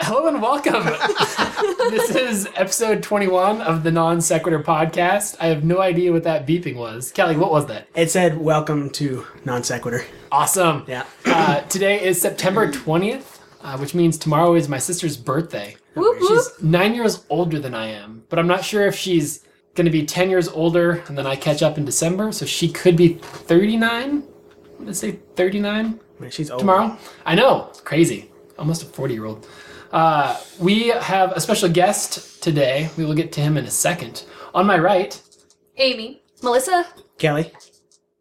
Hello and welcome. this is episode 21 of the Non Sequitur podcast. I have no idea what that beeping was. Kelly, what was that? It said, "Welcome to non sequitur." Awesome. Yeah. Uh, today is September 20th, uh, which means tomorrow is my sister's birthday. Whoop, whoop. She's nine years older than I am, but I'm not sure if she's going to be 10 years older and then I catch up in December. So she could be 39. I'm going to say 39. Man, she's old. tomorrow. I know, it's crazy. Almost a 40 year old. Uh, we have a special guest today. We will get to him in a second. On my right, Amy. Melissa, Kelly.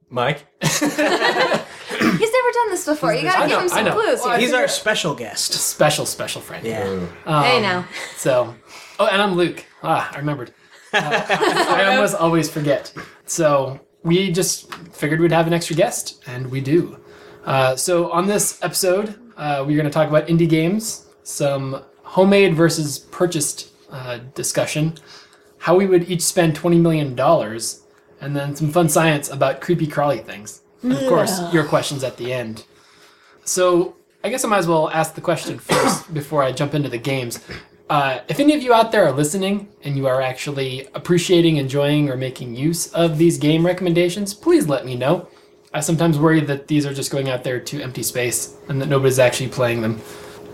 Mike? he's never done this before. You gotta I give know, him I some know. clues. Well, I here. He's our special guest. special, special friend. Yeah. Um, Hey now. So, oh, and I'm Luke. Ah, I remembered. Uh, I almost always forget. So we just figured we'd have an extra guest, and we do. Uh, so on this episode, uh, we're going to talk about indie games, some homemade versus purchased uh, discussion, how we would each spend twenty million dollars, and then some fun science about creepy crawly things. And of course, your questions at the end. So I guess I might as well ask the question first before I jump into the games. Uh, if any of you out there are listening and you are actually appreciating, enjoying, or making use of these game recommendations, please let me know. I sometimes worry that these are just going out there to empty space and that nobody's actually playing them.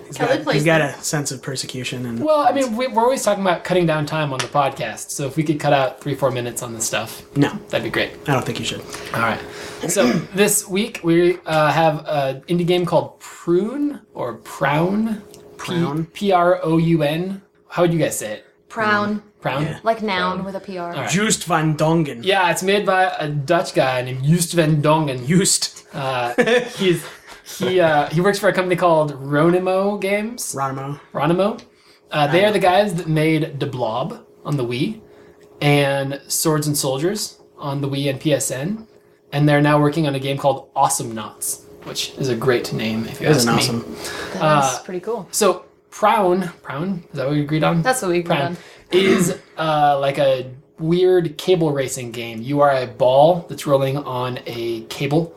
He's Kelly got, plays he's got a sense of persecution and Well, I mean, we, we're always talking about cutting down time on the podcast, so if we could cut out three, four minutes on this stuff, no, that'd be great. I don't think you should. All right. So this week we uh, have an indie game called Prune or Proun. Proun. P R O U N. How would you guys say it? Prown. Proun. Yeah. Like noun with a PR. right. Joost van Dongen. Yeah, it's made by a Dutch guy named Joost van Dongen. Joost. Uh, he's he uh, he works for a company called Ronimo Games. Ramo. Ronimo. Uh, they are the guys that made De Blob on the Wii and Swords and Soldiers on the Wii and PSN. And they're now working on a game called Awesome Knots, which is a great name if you That was ask an me. awesome. uh, That's pretty cool. So Prown, Prown, is that what we agreed on? That's what we agreed Prown on. is uh, like a weird cable racing game. You are a ball that's rolling on a cable.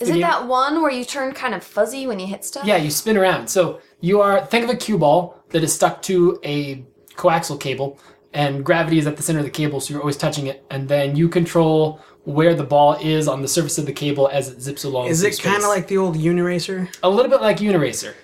Is it game- that one where you turn kind of fuzzy when you hit stuff? Yeah, you spin around. So you are think of a cue ball that is stuck to a coaxial cable, and gravity is at the center of the cable, so you're always touching it, and then you control where the ball is on the surface of the cable as it zips along. Is through it kind space. of like the old Uniracer? a little bit like Uniracer?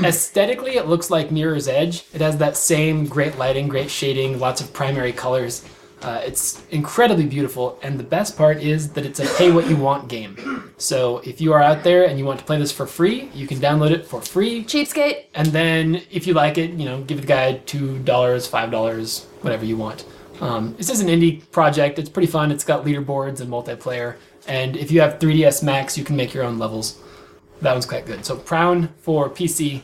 Aesthetically, it looks like Mirror's Edge. It has that same great lighting, great shading, lots of primary colors. Uh, it's incredibly beautiful, and the best part is that it's a pay what you want game. So if you are out there and you want to play this for free, you can download it for free. Cheapskate. And then if you like it, you know, give the guy two dollars, five dollars, whatever you want. Um, this is an indie project. It's pretty fun. It's got leaderboards and multiplayer. And if you have 3ds Max, you can make your own levels. That one's quite good. So Prown for PC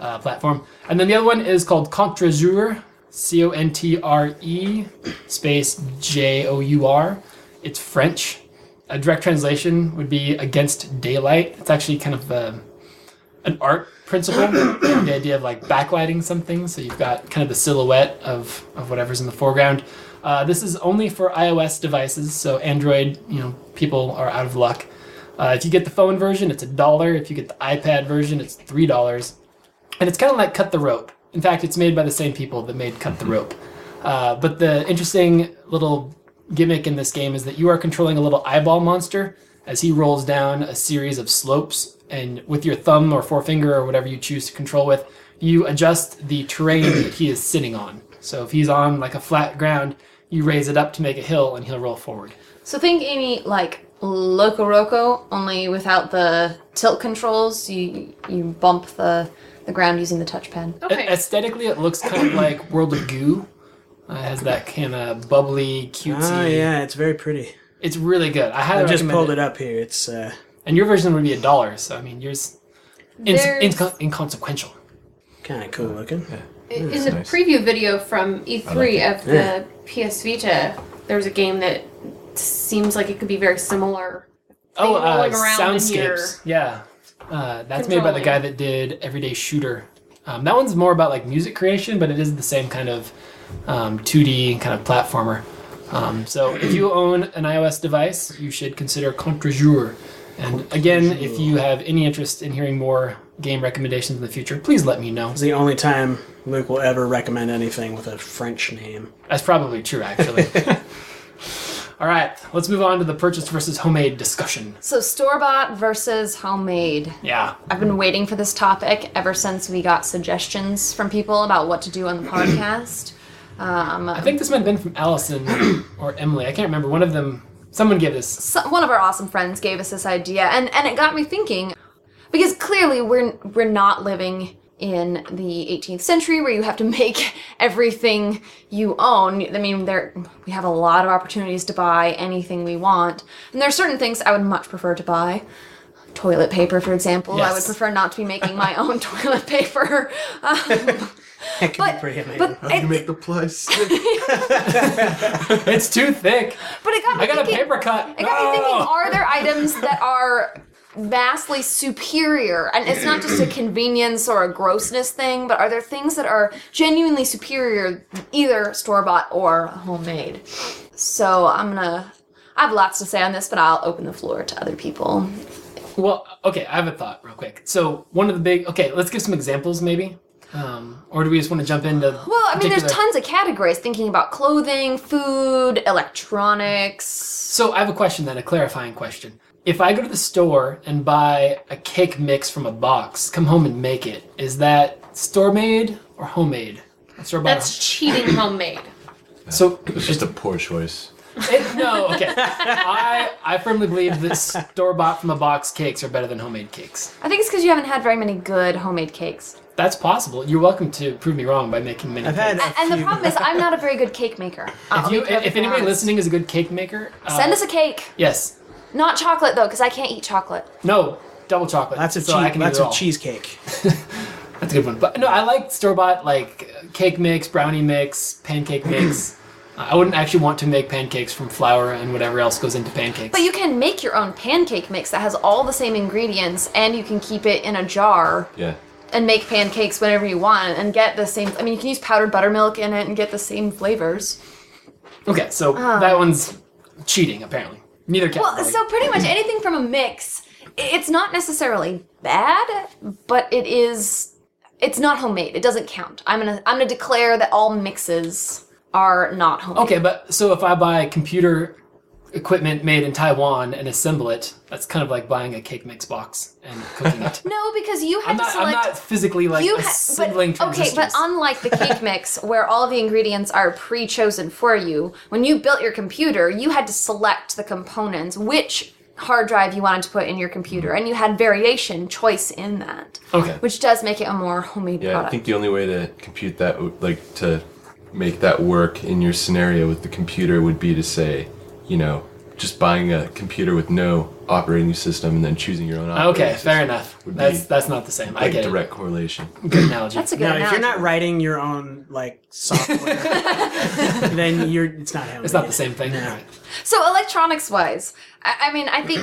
uh, platform, and then the other one is called Contrajour, C O N T R E space J O U R. It's French. A direct translation would be against daylight. It's actually kind of uh, an art principle, the idea of like backlighting something. So you've got kind of the silhouette of, of whatever's in the foreground. Uh, this is only for iOS devices, so Android, you know, people are out of luck. Uh, if you get the phone version, it's a dollar. If you get the iPad version, it's three dollars. And it's kind of like Cut the Rope. In fact, it's made by the same people that made Cut the Rope. Uh, but the interesting little gimmick in this game is that you are controlling a little eyeball monster as he rolls down a series of slopes. And with your thumb or forefinger or whatever you choose to control with, you adjust the terrain that he is sitting on. So if he's on like a flat ground, you raise it up to make a hill and he'll roll forward. So think Amy like Loco Roco, only without the tilt controls. You you bump the the ground using the touchpad. A- Aesthetically, it looks kind of like World of Goo. Uh, it has that kind of bubbly, cutesy. Oh yeah, it's very pretty. It's really good. I I highly just recommend pulled it. it up here. It's uh, And your version would be a dollar, so I mean, yours ins- There's- inco- inconsequential. kind of cool looking. Hmm, in the nice. preview video from E3 I of the PS Vita, there was a game that seems like it could be very similar. Oh, uh, rolling around in your- soundscapes. Yeah, uh, that's made by the Controlling. guy that did Everyday Shooter. Um, that one's more about like music creation, but it is the same kind of um, 2D kind of platformer. Um, so if you own an iOS device, you should consider Contre Jour. And again, if you have any interest in hearing more game recommendations in the future, please let me know. It's the only time Luke will ever recommend anything with a French name. That's probably true, actually. All right, let's move on to the purchase versus homemade discussion. So store bought versus homemade. Yeah, I've been waiting for this topic ever since we got suggestions from people about what to do on the podcast. Um, I think this might have been from Allison or Emily. I can't remember. One of them, someone gave this. so- one of our awesome friends gave us this idea, and, and it got me thinking because clearly we're we're not living in the 18th century where you have to make everything you own. I mean, there we have a lot of opportunities to buy anything we want, and there are certain things I would much prefer to buy. Toilet paper, for example, I would Yes. prefer not to be making my own toilet paper. Um, That could But- be pretty amazing. but How do you it, make the plies stick? It's too thick. but it got me I got a thinking- paper cut. It got me thinking, No! are there items that are vastly superior? And it's not just a convenience or a grossness thing, but are there things that are genuinely superior, either store bought or homemade? So I'm gonna. I have lots to say on this, but I'll open the floor to other people. Well, okay, I have a thought real quick. So one of the big okay, let's give some examples maybe, um, or do we just want to jump into? Well, I mean, there's particular- tons of categories thinking about clothing, food, electronics. So I have a question then, a clarifying question. If I go to the store and buy a cake mix from a box, come home and make it, is that store made or homemade? Store bought. That's cheating homemade. so It's just a poor choice. It, no, okay. I I firmly believe that store bought from a box cakes are better than homemade cakes. I think it's because you haven't had very many good homemade cakes. That's possible. You're welcome to prove me wrong by making many. I've had cakes. a And, and the few- problem is, I'm not a very good cake maker. I'll If, you, be perfectly if anybody honest. listening is a good cake maker, uh, send us a cake. Yes. Not chocolate though, because I can't eat chocolate. No. Double chocolate. Lots of so I cheese, can lots eat it all. of cheesecake. That's a good one. But no, I like store bought like uh, cake mix, brownie mix, pancake mix. Uh, I wouldn't actually want to make pancakes from flour and whatever else goes into pancakes. But you can make your own pancake mix that has all the same ingredients, and you can keep it in a jar Yeah. and make pancakes whenever you want, and get the same. I mean, you can use powdered buttermilk in it and get the same flavors. okay, so that onene's cheating apparently. Neither category. Uh. Well, so pretty much anything from a mix, i- it's not necessarily bad, but it is. It's not homemade. It doesn't count. I'm gonna I'm gonna declare that all mixes are not homemade. Okay, but so if I buy computer equipment made in Taiwan and assemble it, that's kind of like buying a cake mix box and cooking it. No, because you had I'm to not, select. I'm not physically like you ha- but, assembling okay transistors. but unlike the cake mix where all the ingredients are pre-chosen for you when you built your computer you had to select the components which hard drive you wanted to put in your computer and you had variation choice in that okay. which does make it a more homemade Yeah, I product think the only way to compute that, w- like to make that work in your scenario with the computer would be to say, you know, just buying a computer with no operating system and then choosing your own operating Okay, system. fair enough. Would That's be that's not the same. I Like get direct correlation. it. Good analogy. that's a good Now, if analogy. you're not writing your own like software, then you're it's not how it's not the same thing. No. All right. so electronics wise I, I mean i think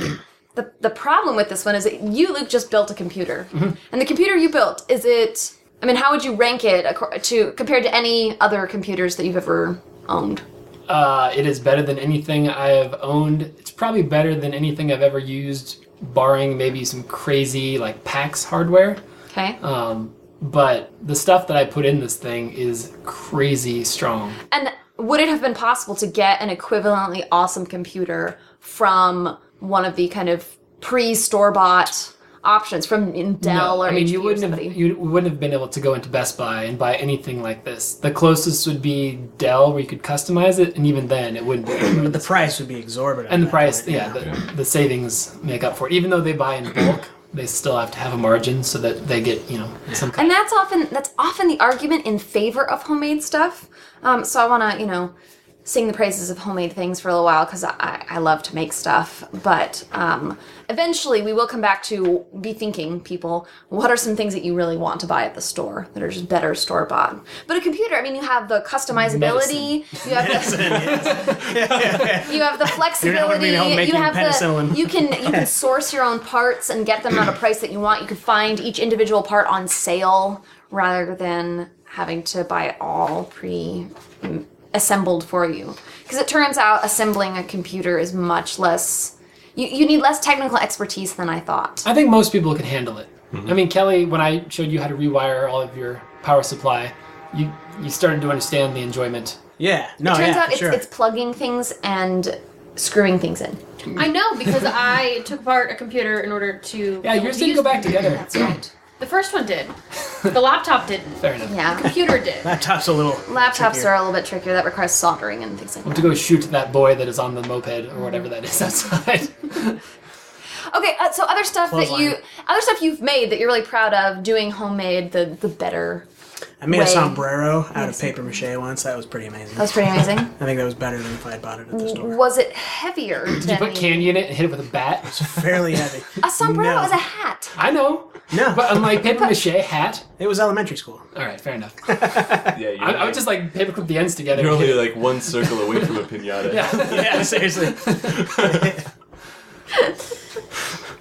the, the problem with this one is that you luke just built a computer Mm-hmm. and the computer you built is it i mean how would you rank it acor- to compared to any other computers that you've ever owned Uh, it is better than anything I have owned. It's probably better than anything I've ever used, barring maybe some crazy like PAX hardware. Okay. Um, but the stuff that I put in this thing is crazy strong. and would it have been possible to get an equivalently awesome computer from one of the kind of pre store bought options from Dell No, or I mean, HP you or wouldn't somebody? have you wouldn't have been able to go into Best Buy and buy anything like this. The closest would be Dell, where you could customize it, and even then, it wouldn't be. But the price would be exorbitant. And the at that price, point, yeah, the, the savings make up for it. Even though they buy in bulk, they still have to have a margin so that they get you know some. kind and that's often that's often the argument in favor of homemade stuff. Um, so I want to you know sing the praises of homemade things for a little while because I, I love to make stuff. But um, eventually we will come back to be thinking people what are some things that you really want to buy at the store that are just better store bought. But a computer, I mean, you have the customizability, you have the, you have the flexibility, home you making have the penicillin. you can you can source your own parts and get them at a price that you want. You can find each individual part on sale rather than having to buy it all pre assembled for you. Because it turns out assembling a computer is much less you, you need less technical expertise than I thought. I think most people can handle it. Mm-hmm. I mean, Kelly, when I showed you how to rewire all of your power supply, you you started to understand the enjoyment. Yeah. No. Turns Oh, yeah. out it's, sure. it's plugging things and screwing things in. I know because I took apart a computer in order to. Yeah, yours didn't use- go back together. That's right. The first one did. The laptop didn't. Fair enough. The Yeah. computer did. Laptop's a little. Laptops trickier. are a little bit trickier. That requires soldering and things like I that. have to go shoot that boy that is on the moped or whatever that is outside. Okay, uh, so other stuff that you, Clothesline. other stuff you've made that you're really proud of, doing homemade, the the better. I made a way- sombrero out of paper mache once. That was pretty amazing. That was pretty amazing. I think that was better than if I had bought it at the store. was it heavier? Did you put candy in it and hit it with a bat? Fairly heavy. A sombrero No. is a hat. I know, No, but um, unlike paper mache hat. it was elementary school. All right, fair enough. Yeah, you're, I, I like, would just like paperclip the ends together. you're and only hit it. like one circle away from a pinata. yeah. Yeah, seriously.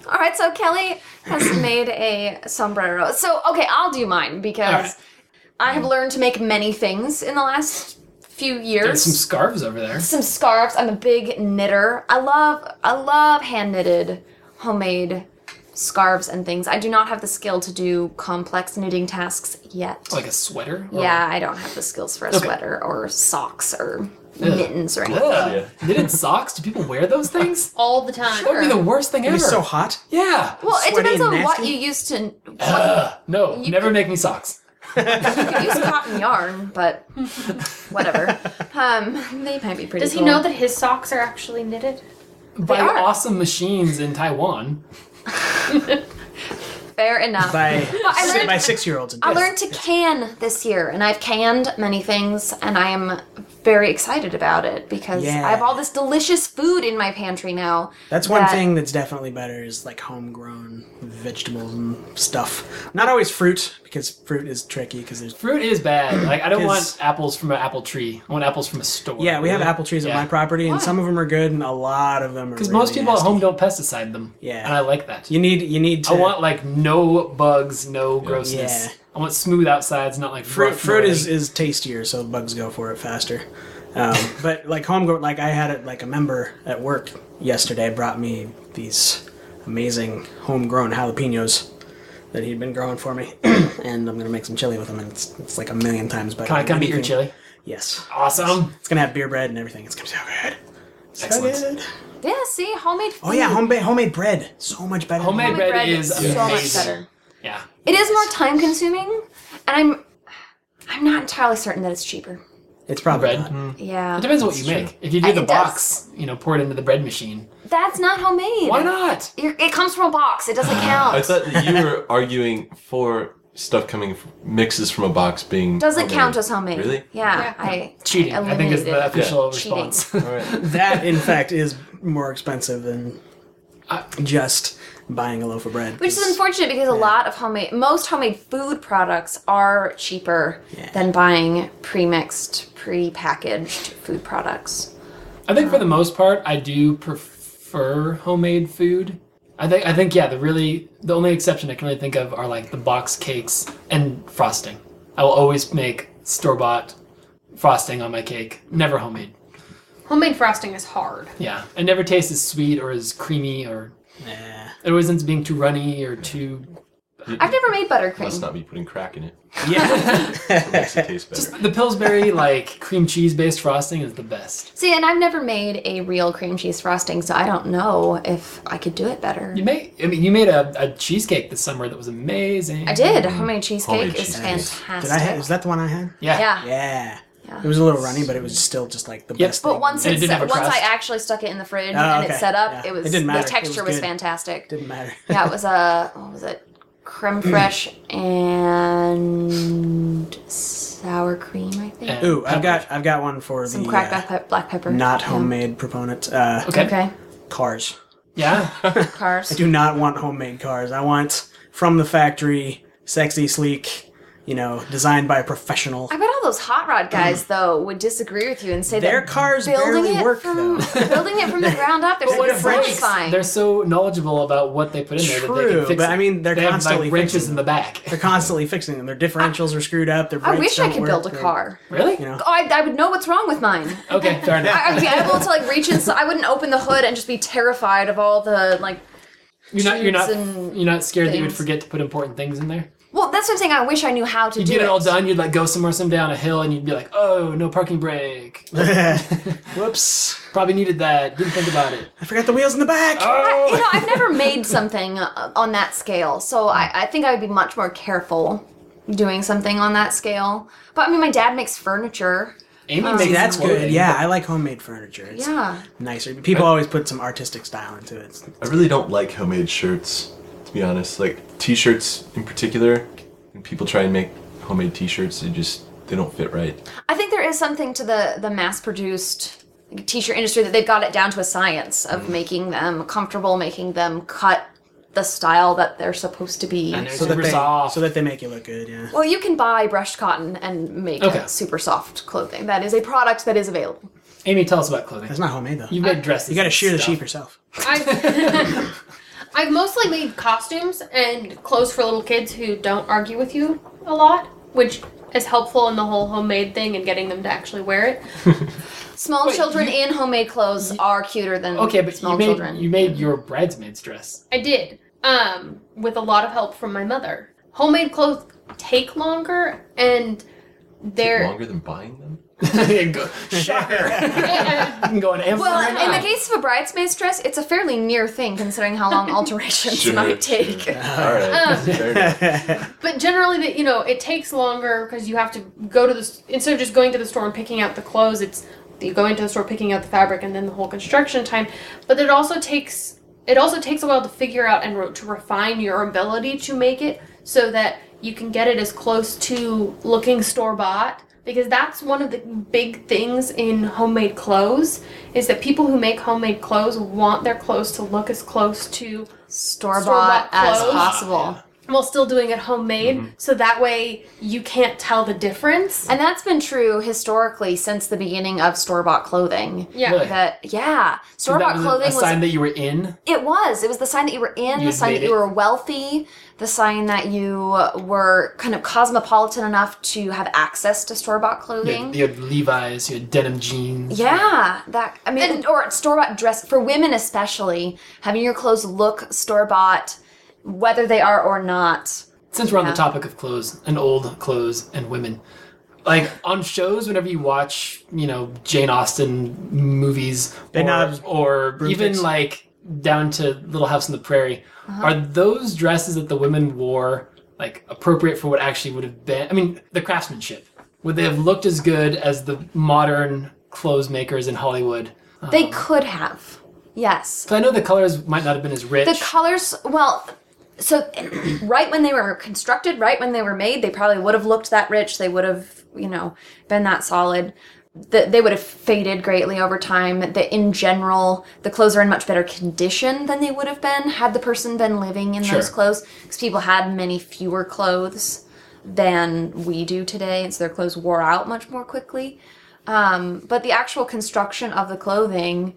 All right, so Kelly has made a sombrero. So okay, I'll do mine All because right. I have learned to make many things in the last few There's years. some scarves over there. some scarves. I'm a big knitter. I love I love hand knitted homemade scarves and things. I do not have the skill to do complex knitting tasks yet. Like a sweater. or- yeah, I don't have the skills for a sweater or socks or mittens or anything. Ugh. Yeah. Knitted socks? Do people wear those things? All the time. That would be the worst thing ever. It's so hot. yeah. Well, it Sweaty depends and on what nasty? you use to what No, You never could- make me socks. you could use cotton yarn, but whatever. Um, they might be pretty Does he cool. know that his socks are actually knitted? By are. awesome machines in Taiwan. Fair enough. By I si- learned- by six year olds. I learned to can this year, and I've canned many things, and I am very excited about it because Yeah. I have all this delicious food in my pantry now. That's one that- thing that's definitely better is like homegrown vegetables and stuff. Not always fruit because fruit is tricky because there's. Fruit is bad. Like I don't want Is- apples from an apple tree. I want apples from a store. Yeah, we have apple trees at Yeah. my property, and some of them are good, and a lot of them are. Because really most people nasty. at home don't pesticide them. Yeah. And I like that. You need you need to. I want like no bugs, no grossness. Yeah. I want smooth outsides, not like fruit. rough Fruit gnarly. is is tastier, so bugs go for it faster. Um, but like homegrown, like I had it like a member at work yesterday brought me these amazing homegrown jalapenos that he'd been growing for me, and I'm gonna make some chili with them, and it's, it's like a million times better. Can I than come eat your anything. chili? Yes, Awesome. it's gonna have beer bread and everything. It's gonna be so good. So Excellent. good. Yeah, see, homemade food. Oh yeah, homemade homemade bread, so much better. than- Homemade Homemade bread is so much amazing. better. Yeah. It is more time consuming, and I'm I'm not entirely certain that it's cheaper. It's probably Bread. not. Yeah, It depends on what you make. If you do I- the it does. box, you know, pour it into the bread machine. that's not homemade. Why not? You're, it comes from a box. It doesn't count. I thought that you were arguing for stuff coming f- mixes from a box being doesn't count homemade. as homemade. Oh, Really? Yeah, Yeah. I Cheating, I think is the eliminated official cheating. response. All right. That, in fact, is more expensive than Uh, just buying a loaf of bread. Which is unfortunate because a lot of homemade, most homemade food products are cheaper than buying pre-mixed, pre-packaged food products. I think Um, for the most part, I do prefer homemade food. I think I think yeah, the really the only exception I can really think of are like the box cakes and frosting. I will always make store bought frosting on my cake, never homemade. Homemade frosting is hard. Yeah, it never tastes as sweet or as creamy or Yeah. it always ends up being too runny or too I've never made Must buttercream. not be putting crack in it. Yeah. It makes it taste better. the Pillsbury like cream cheese based frosting is the best. See, and I've never made a real cream cheese frosting, so I don't know if I could do it better. You made I mean you made a, a cheesecake this summer that was amazing. I did. Homemade cheesecake Homemade is cheesecake. Mm. Did fantastic. I have, is that the one I had? Yeah. yeah. Yeah. Yeah. It was a little runny, but it was still just like the Yep. best. But thing. once And it it's didn't have a once I crust. actually stuck it in the fridge Oh, and okay. it's set up, Yeah. it was It didn't matter. the It texture was was, good. fantastic. didn't matter. Yeah, it was a what was it? Creme fraiche and sour cream, I think. And Ooh, I've pepper. got I've got one for Some the cracked uh, black, pep- black pepper. not Yeah. homemade proponent. Uh, Okay. Okay. Cars. Yeah. Cars. I do not want homemade cars. I want from the factory, sexy, sleek, you know, designed by a professional. I bet all those hot rod guys though would disagree with you and say Mm. Their that cars building barely it work from though. building it from the ground up. There's But what something if breaks? satisfying. They're so knowledgeable about what they put in there that they True, can fix but it. I mean, they're they have, constantly like wrenches fixing in the back. They're constantly fixing them. Their differentials are screwed up. Their I brakes wish I don't could work. build a They're- car. Really? know. Oh, I, I would know what's wrong with mine. Okay, fair enough. I, I'd be able to like reach inside. I wouldn't open the hood and just be terrified of all the like You're not. You're not. Tubes and You're not scared that you would things. forget to put important things in there. Well, that's what I'm saying. I wish I knew how to You'd do get it all done. You'd like go somewhere, some down a hill, and you'd be like, "Oh, no parking brake. Whoops. Probably needed that. Didn't think about it." I forgot the wheels in the back. Oh, I, you know, I've never made something uh, on that scale, so I, I think I would be much more careful doing something on that scale. But I mean, my dad makes furniture. Amy See, makes that's good. clothing. Yeah, I like homemade furniture. It's Yeah. nicer. People always put some artistic style into it. I really don't like homemade shirts, to be honest. Like t-shirts in particular, when people try and make homemade t-shirts, they just they don't fit right. I think there is something to the the mass produced t-shirt industry that they've got it down to a science of Mm. making them comfortable, making them cut the style that they're supposed to be. And they're So that, super they, soft. so that they make you look good, yeah. Well, you can buy brushed cotton and make Okay. super soft clothing. That is a product that is available. Amy, tell us about clothing. That's not homemade, though. You've made dresses. You gotta and shear the stuff. sheep yourself. I've, I've mostly made costumes and clothes for little kids who don't argue with you a lot, which is helpful in the whole homemade thing and getting them to actually wear it. Small Wait, children you- in homemade clothes are cuter than Okay, but small you made children. you made your bridesmaid's dress. I did, um, with a lot of help from my mother. Homemade clothes take longer and Take they're longer than buying them. Go- Shocker! you can go on Amazon. well, right in now. the case of a bridesmaid's dress, it's a fairly near thing considering how long alterations Sure, might sure. take. All right, fair enough. but generally that you know it takes longer because you have to go to the s- instead of just going to the store and picking out the clothes it's you go into the store picking out the fabric and then the whole construction time but it also takes it also takes a while to figure out and re- to refine your ability to make it so that you can get it as close to looking store bought because that's one of the big things in homemade clothes is that people who make homemade clothes want their clothes to look as close to Store bought Store-bought as clothes. possible. while still doing it homemade Mm-hmm. so that way you can't tell the difference And that's been true historically since the beginning of store bought clothing. yeah Really? That yeah, store That bought was a- clothing a was sign that you were in. It was. It was the sign that you were in, You the sign made that you it. were wealthy, the sign that you were kind of cosmopolitan enough to have access to store bought You had, clothing. you had Levi's. You had denim jeans. yeah, that I mean, or store bought dress for women especially, having your clothes look store bought, whether they are or not. Since we're on Yeah. the topic of clothes and old clothes and women, like on shows, whenever you watch, you know, Jane Austen movies Bed or, knobs, or even broomsticks. like down to Little House on the Prairie, Uh-huh. are those dresses that the women wore like appropriate for what actually would have been? I mean, the craftsmanship. Would they have looked as good as the modern clothes makers in Hollywood? They could have. Yes. Because I know the colors might not have been as rich. The colors, well, so right when they were constructed, right when they were made, they probably would have looked that rich. They would have, you know, been that solid. The, they would have faded greatly over time. That in general, the clothes are in much better condition than they would have been had the person been living in Sure. those clothes. Because people had many fewer clothes than we do today, and so their clothes wore out much more quickly. Um, but the actual construction of the clothing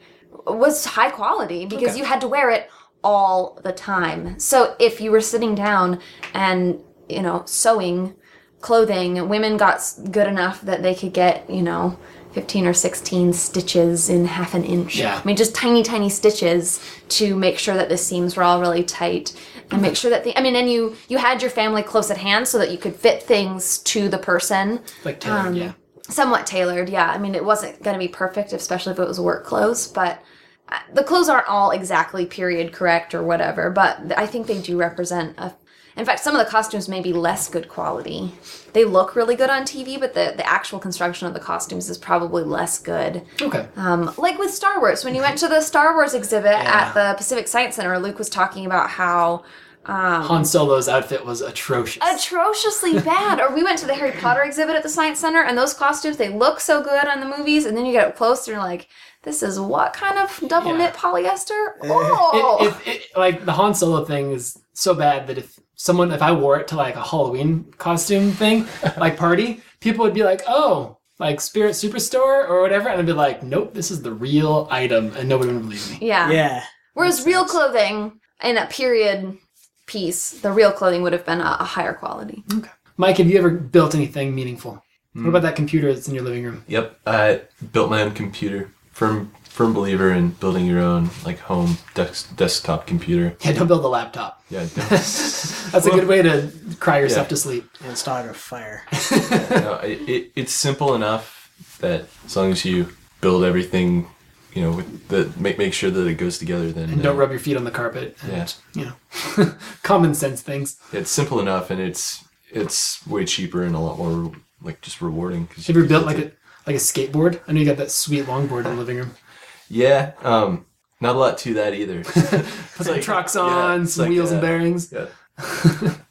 was high quality because you had to wear it all the time. So if you were sitting down and you know sewing clothing, women got s- good enough that they could get you know. 15 or 16 stitches in half an inch. Yeah. I mean, just tiny, tiny stitches to make sure that the seams were all really tight and make sure that the, I mean, and you, you had your family close at hand so that you could fit things to the person like tailored, um, yeah. somewhat tailored yeah i mean it wasn't going to be perfect especially if it was work clothes but uh, the clothes aren't all exactly period correct or whatever but th- i think they do represent a in fact some of the costumes may be less good quality they look really good on tv but the, the actual construction of the costumes is probably less good Okay. um, like with Star Wars, when you went to the Star Wars exhibit at the Pacific Science Center, Luke was talking about how Han Solo's outfit was atrocious. atrociously bad. Or we went to the Harry Potter exhibit at the Science Center, and those costumes they look so good on the movies, and then you get up close and you're like, "This is what kind of double Yeah. knit polyester?" It- Oh, it, it, like the Han Solo thing is so bad that if someone, if I wore it to like a Halloween costume thing, like party, people would be like, "Oh, like Spirit Superstore or whatever," and I'd be like, "Nope, this is the real item," and nobody would believe me. yeah. Yeah. Whereas real clothing in a period piece, the real clothing would have been a, a higher quality. Mike, have you ever built anything Hmm. meaningful? What about that computer that's in your living room? Yep, I built my own computer from firm believer in building your own like home dex- desktop computer. Yeah, don't build a laptop. Yeah, That's a good way to cry yourself Yeah. to sleep. and start a fire. no, it, it, it's simple enough that as long as you build everything, you know, with the make make sure that it goes together. Then And don't uh, rub your feet on the carpet. And, Yeah. You know, common sense things. It's simple enough, and it's it's way cheaper and a lot more like just rewarding. Cause Have you ever can built build like a like a skateboard? I know you got that sweet longboard in the living room. Yeah, um, not a lot to that either. Put some like- trucks yeah, on, it's some like, wheels and uh, bearings. yeah.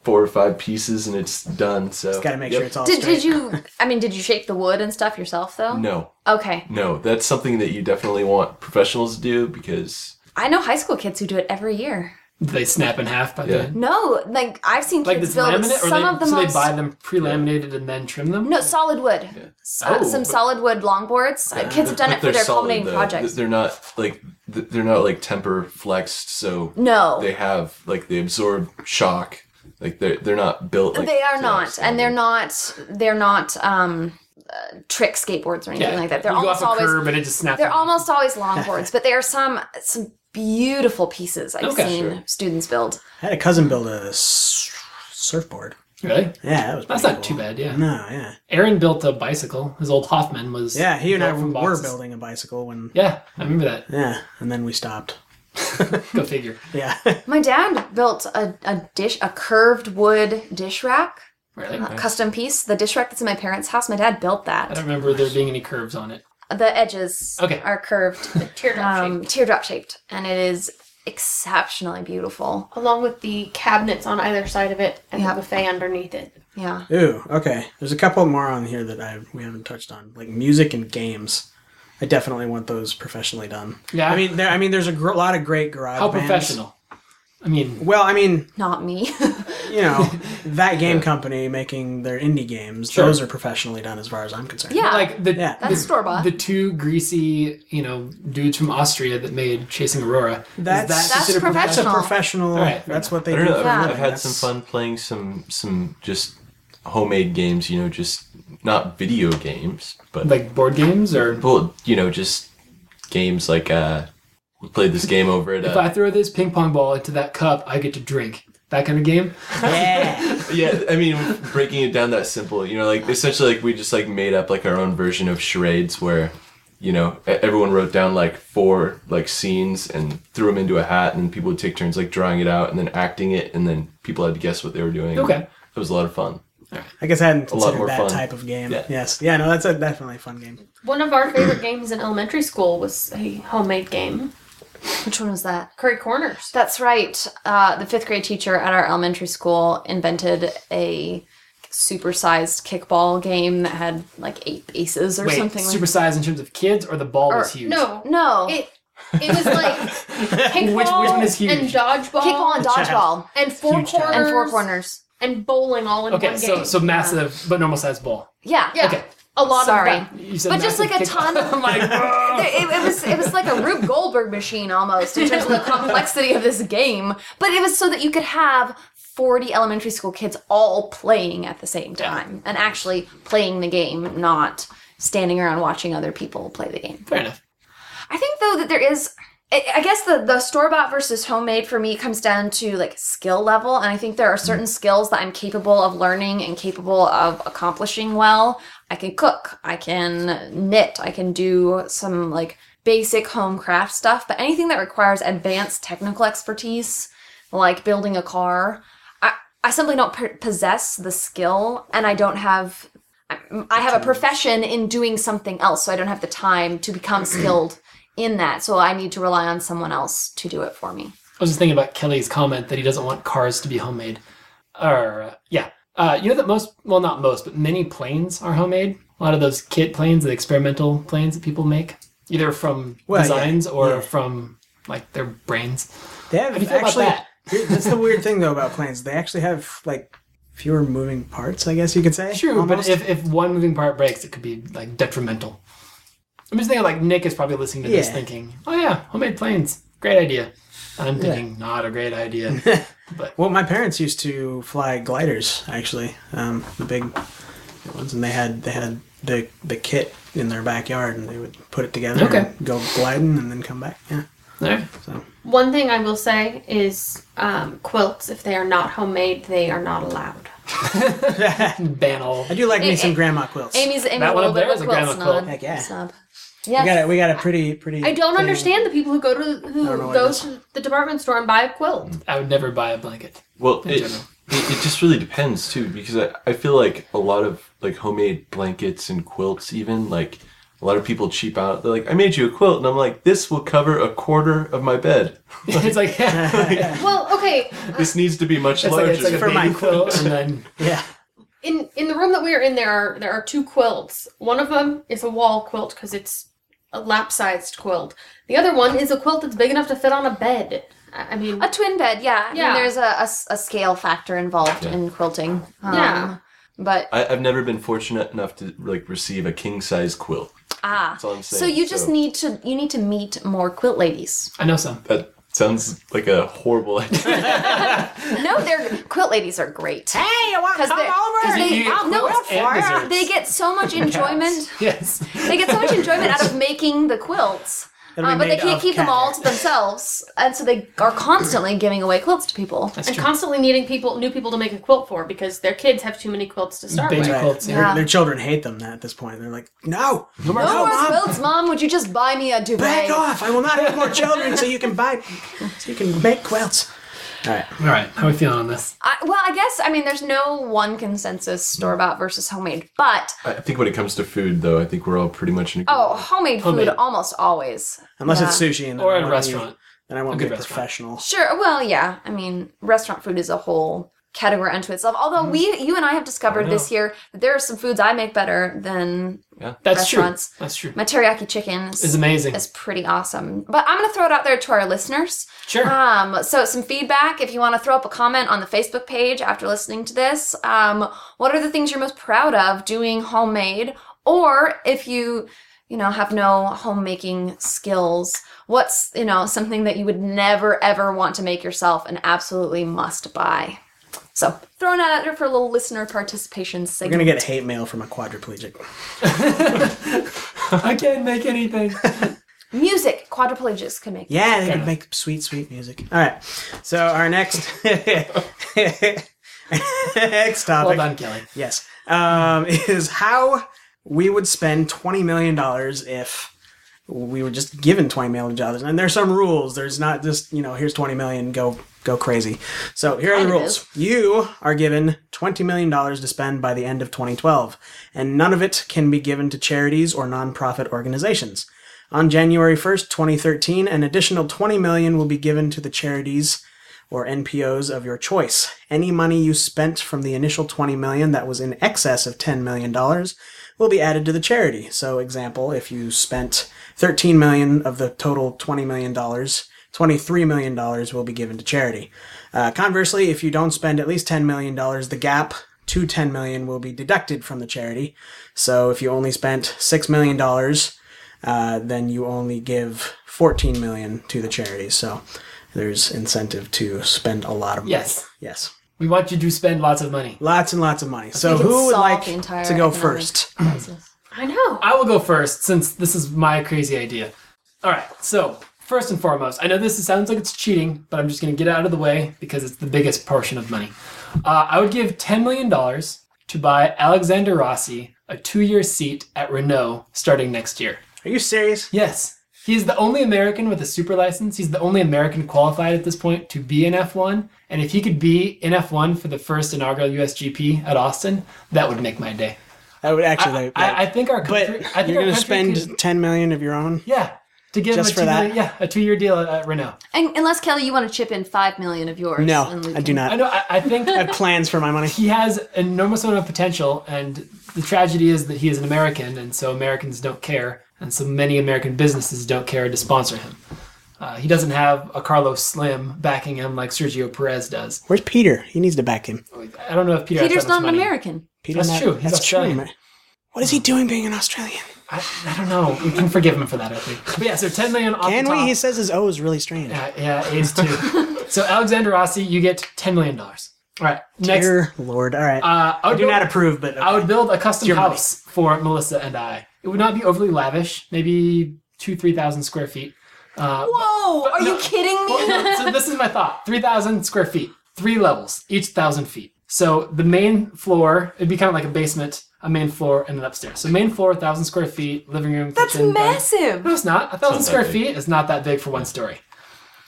Four or five pieces, and it's done. So Got to make Yep. sure it's all Did, straight. did you? I mean, did you shape the wood and stuff yourself though? No, Okay. no, that's something that you definitely want professionals to do because I know high school kids who do it every year. Do they snap in half by Yeah. the No, like I've seen like this kids build laminate, or some they, of the so most they buy them pre-laminated and then trim them. no solid wood, S- uh, Oh. some solid wood longboards. Uh, kids have done but it for they're their solid, culminating though. projects. They're not like th- they're not like temper flexed, so no, they have like they absorb shock. Like they're they're not built. Like, they are to not, that and they're standard. not. They're not um, uh, trick skateboards or anything like that. They're you almost go off a always curb and it just snaps. they're in half. almost always longboards, but they are some some beautiful pieces I've Okay, seen sure. students build. I had a cousin build a s- surfboard. really. Yeah, that was. That's pretty not cool. too bad. Yeah. No, yeah, Aaron built a bicycle. His old Hoffman was yeah. He and I built were from boxes. building a bicycle when. Yeah, I remember that. Yeah, and then we stopped. Go figure. Yeah, My dad built a, a dish, a curved wood dish rack, Really? a custom piece. The dish rack that's in my parents' house, my dad built I that. don't remember there being any curves on it. The edges Okay. are curved, Teardrop shape. um, teardrop shaped, and it is exceptionally beautiful. Along with the cabinets on either side of it and Yeah. the buffet underneath it. Yeah. Ooh, okay. There's a couple more on here that I we haven't touched on, like music and games. I definitely want those professionally done. Yeah. I mean, there. I mean, there's a gr- lot of great garage. How bands. professional? I mean, Well, I mean, Not me. you know, that game company making their indie games. Sure. Those are professionally done, as far as I'm concerned. Yeah. like the Yeah. That's store bought. the two greasy, you know, dudes from Austria that made Chasing Aurora. Is That's- That's considered that's a professional. professional. All right, fair that's what they I do. don't know. for I've, a Yeah. I've living. had That's- some fun playing some some just homemade games. You know, just not video games, but Like board games or well, you know, just games like uh, we played this game over at if I uh, throw this ping pong ball into that cup, I get to drink. That kind of game. Yeah. yeah. I mean, breaking it down that simple. You know, like essentially, like we just like made up like our own version of charades where. You know, e- everyone wrote down like four like scenes and threw them into a hat, and people would take turns like drawing it out and then acting it, and then people had to guess what they were doing. Okay. it was a lot of fun. I guess I hadn't lot more considered that fun. type of game. Yeah. Yes. Yeah. No, that's a definitely a fun game. One of our favorite games in elementary school was a homemade game, Which one was that? Curry Corners. That's right. Uh, the fifth grade teacher at our elementary school invented a supersized kickball game that had like eight aces or Wait, something. like supersized in terms of kids or the ball was Or- huge? No, No, It it was like kickball Which- which one is huge? and dodgeball, kickball and dodgeball and four Huge corners challenge. and four corners. and bowling all in Okay, one so game. so massive but normal sized ball. Yeah, yeah, okay. a lot Sorry. of them. You said But just massive like a kick- ton of- I'm like, "Whoa." There- It, it was it was like a Rube Goldberg machine almost in terms of the complexity of this game. But it was so that you could have forty elementary school kids all playing at the same time and actually playing the game, not standing around watching other people play the game. Fair enough. I think though that there is. I I guess the, the store bought versus homemade for me comes down to like skill level, and I think there are certain skills that I'm capable of learning and capable of accomplishing well. I can cook, I can knit, I can do some like basic home craft stuff, but anything that requires advanced technical expertise, like building a car, I, I simply don't p- possess the skill, and I don't have I have a profession in doing something else, so I don't have the time to become skilled in that. So I need to rely on someone else to do it for me. I was just thinking about Kelly's comment that he doesn't want cars to be homemade. Or uh, yeah, uh, you know that most, well, not most, but many planes are homemade. A lot of those kit planes, the experimental planes that people make, either from Well, yeah, designs or yeah. from like their brains. They have How do you feel about actually. that? here- that's the weird thing though about planes. They actually have like fewer moving parts. I guess you could say. True, almost. but if, if one moving part breaks, it could be like detrimental. I'm just thinking like Nick is probably listening to this Yeah. thinking, oh yeah, homemade planes, great idea. And I'm thinking, not a great idea. Well, my parents used to fly gliders, actually, um, the big It was- And they had they had the the kit in their backyard, and they would put it together, Okay. and go gliding, and then come back. Yeah. All right. So One thing I will say is um, quilts, if they are not homemade, they are not allowed. Ban all. I do like Eh, me some eh, grandma quilts. Amy's Amy's That a one little up there bit is of a a quilt grandma snub. quilt. Heck yeah. Snub. we got Yes. a, we got a pretty pretty. I don't thing. understand the people who go to I don't know who what go it is. to the department store and buy a quilt. I would never buy a blanket. Well, In it, it, general. it just really depends too, because I, I feel like a lot of like homemade blankets and quilts, even like a lot of people cheap out. They're like, I made you a quilt, and I'm like, this will cover a quarter of my bed. it's like Well, okay, This needs to be much it's like, larger. it's like a For baby my quilt, and then Yeah. in in the room that we are in, there are there are two quilts. One of them is a wall quilt because it's a lap-sized quilt. The other one is a quilt that's big enough to fit on a bed. I I mean, A twin bed, yeah. I mean, Yeah. there's a, a s- a scale factor involved Yeah. in quilting. Um, Yeah. But I, I've never been fortunate enough to like receive a king size quilt. ah, That's all I'm so saying. you just need to you need to meet more quilt ladies. I know some. That sounds like a horrible idea. No, they're quilt ladies are great. Hey, you want Because they, 'cause You- they, you get no, quilts and desserts. they get so much enjoyment. Yes. They get so much enjoyment out of making the quilts, It'll be uh, but they made can't of keep them cat all hair. to themselves, and so they are constantly giving away quilts to people. That's and true. constantly needing people new people to make a quilt for because their kids have too many quilts to start Baby with. Right. quilts, Their, yeah. their children hate them at this point. They're like, no, no more, No Oh, more Mom, quilts, Mom. Would you just buy me a duvet? back off. I will not have more children, so you can buy, so you can make quilts. All right. All right. How are we feeling on this? I, well, I guess I mean there's no one consensus store bought versus homemade, but I think when it comes to food, though, I think we're all pretty much in. agreement. oh, homemade, Homemade. food almost always. Unless Yeah. it's sushi and then Or at I a wanna be- restaurant. then I won't A be good a restaurant. professional. Sure. Well, yeah. I mean, restaurant food is a whole category unto itself. Although we, Mm. you and I have discovered I this know. year that there are some foods I make better than That's true. Restaurants. That's true. my teriyaki chicken. Is, It's amazing. is pretty awesome. But I'm gonna throw it out there to our listeners. Sure. Um, so some feedback. If you want to throw up a comment on the Facebook page after listening to this, um, what are the things you're most proud of doing homemade? Or if you, you know, have no homemaking skills, what's you know something that you would never ever want to make yourself and absolutely must buy? So throwing that out there for a little listener participation We're segment. gonna get hate mail from a quadriplegic. I can't make anything. music. Quadriplegics can make. Yeah, they could make sweet, sweet music. All right. So our next next Well topic, done, Kelly. yes, um, is how we would spend twenty million dollars if we were just given twenty million dollars. And there's some rules. There's not just you know here's twenty million, go go crazy. So here are the Kind of rules. You are given twenty million dollars to spend by the end of 2012, and none of it can be given to charities or nonprofit organizations. On January 1st, 2013, an additional 20 million will be given to the charities or NPOs of your choice. Any money you spent from the initial 20 million that was in excess of 10 million dollars will be added to the charity. So example, if you spent 13 million of the total 20 million dollars, 23 million dollars will be given to charity. Uh, conversely, if you don't spend at least 10 million dollars, the gap to 10 million will be deducted from the charity. So if you only spent 6 million dollars, uh, then you only give 14 million to the charity. So there's incentive to spend a lot of money. Yes. Yes. We want you to spend lots of money. Lots and lots of money. So we could who would solve like the entire to go economic first? crisis. I know. I will go first since this is my crazy idea. All right. So, first and foremost, I know this sounds like it's cheating, but I'm just going to get it out of the way because it's the biggest portion of money. Uh, I would give $10 million to buy Alexander Rossi a two year seat at Renault starting next year. Are you serious? Yes. He's the only American with a super license. He's the only American qualified at this point to be in F1. And if he could be in F1 for the first inaugural USGP at Austin, that would make my day. I would actually. I, like- I, I think our but country. I think our you're going to country spend could- 10 million of your own? yeah. To give Just him a for two that? million- yeah, a two-year deal at, at Renault. And unless Kelly, you want to chip in five million of yours. No, and we I do can- I not. know. I, I think I have plans for my money. he has an enormous amount of potential, and the tragedy is that he is an American, and so Americans don't care, and so many American businesses don't care to sponsor him. Uh, he doesn't have a Carlos Slim backing him like Sergio Perez does. Where's Peter? He needs to back him. I don't know if Peter. has that Peter's much not an money. American. Peter's That's not- true. He's that's Australian. Hmm. man. What is he doing being an Australian? I, I don't know. We can forgive him for that, I think. But yeah, so ten million off And the we? top. He says his O is really strange. Yeah, yeah, it is too. so Alexander Rossi, you get ten million dollars. All right. Next, Dear Lord. All right. uh, I I would do build, not approve, but I would build a custom Dear money. house for Melissa and I. It would not be overly lavish, maybe two, three thousand square feet. Uh, Whoa, but Oh, are no- you kidding me? Well, no, so this is my thought. 3,000 square feet, three levels, each 1,000 feet. So the main floor, it'd be kind of like a basement, a main floor, and an upstairs. So main floor, 1,000 square feet, living room, That's kitchen. dining- massive. No, it's not. 1,000 It's not square that feet is not that big for one story.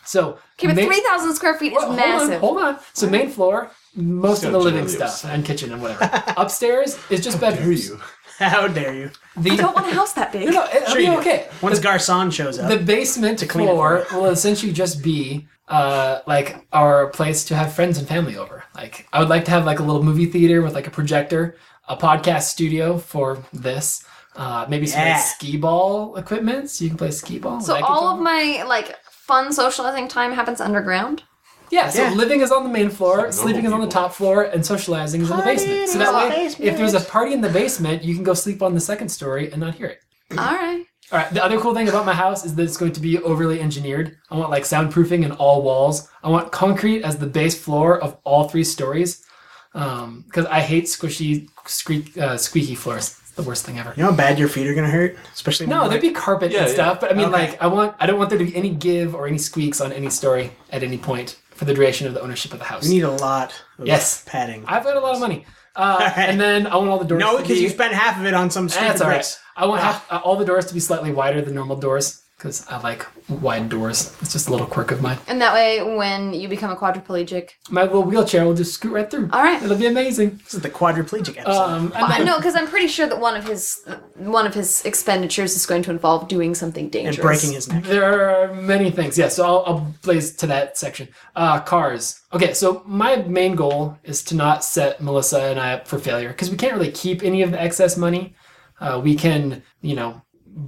So Okay, but ma- 3,000 square feet is well, hold on, massive. Hold on. So main floor, most of Still the living generally stuff upset. and kitchen and whatever. upstairs is just bedrooms. how dare you? I don't want a house that big. No, no, it'll Sure be you do. okay. Once Garcon shows up, the basement clean it floor will essentially just be uh, like our place to have friends and family over. Like I would like to have like a little movie theater with like a projector, a podcast studio for this, uh, maybe some like, Yeah. skee ball equipment so you can play skee ball. So and I could all go- of my like fun socializing time happens underground. yeah. So Yeah. living is on the main floor, It's like normal sleeping is on the people. top floor, and socializing is in the basement. So that way, if there's a party in the basement, you can go sleep on the second story and not hear it. All right. All right. The other cool thing about my house is that it's going to be overly engineered. I want like soundproofing in all walls. I want concrete as the base floor of all three stories, because I hate squishy, squeak, uh, squeaky floors. It's the worst thing ever. you know how bad your feet are gonna hurt, especially when No, you, there'd like, be carpet Yeah, and yeah. stuff, but I mean, Okay. like, I want I don't want there to be any give or any squeaks on any story at any point for the duration of the ownership of the house. you need a lot. Of Yes. padding. I've got a lot of money, uh, right. and then I want all the doors. no, to because be- you spent half of it on some stupid That's all right. bricks. I want half, Ah. uh, all the doors to be slightly wider than normal doors because I like wide doors. It's just a little quirk of mine. And that way, when you become a quadriplegic, My little wheelchair will just scoot right through. All right. it'll be amazing. This is the quadriplegic episode. Um, and well, I then- know because I'm pretty sure that one of his one of his expenditures is going to involve doing something and dangerous breaking his neck. There are many things. Yeah, so I'll, I'll blaze to that section. Uh, cars. Okay, so my main goal is to not set Melissa and I up for failure because we can't really keep any of the excess money. Uh, we can, you know,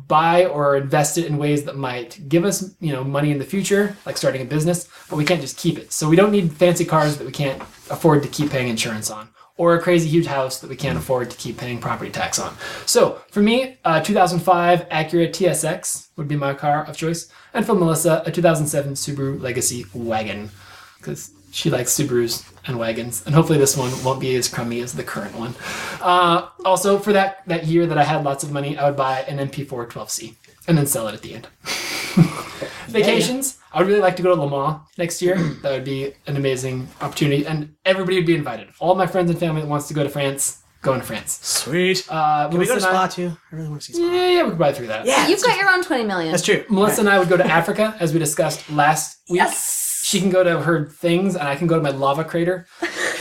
buy or invest it in ways that might give us, you know, money in the future, like starting a business, but we can't just keep it. So we don't need fancy cars that we can't afford to keep paying insurance on. Or a crazy huge house that we can't afford to keep paying property tax on. So for me, uh, 2005 Acura TSX would be my car of choice, and for Melissa, a 2007 Subaru Legacy wagon, because she likes Subarus and wagons, and hopefully this one won't be as crummy as the current one. Uh, also, for that that year that I had lots of money, I would buy an MP4 12C and then sell it at the end. Vacations. I would really like to go to Le Mans next year. that would be an amazing opportunity, and everybody would be invited. All my friends and family that wants to go to France, go to France. Sweet. Uh, Can we go to Melissa and I- Spa too? I really want to see Spa. yeah, yeah, we could buy through that. Yeah, You've got your own 20 million. that's true. Melissa and I would go to Africa, as we discussed last week. Yes. She can go to her things, and I can go to my lava crater.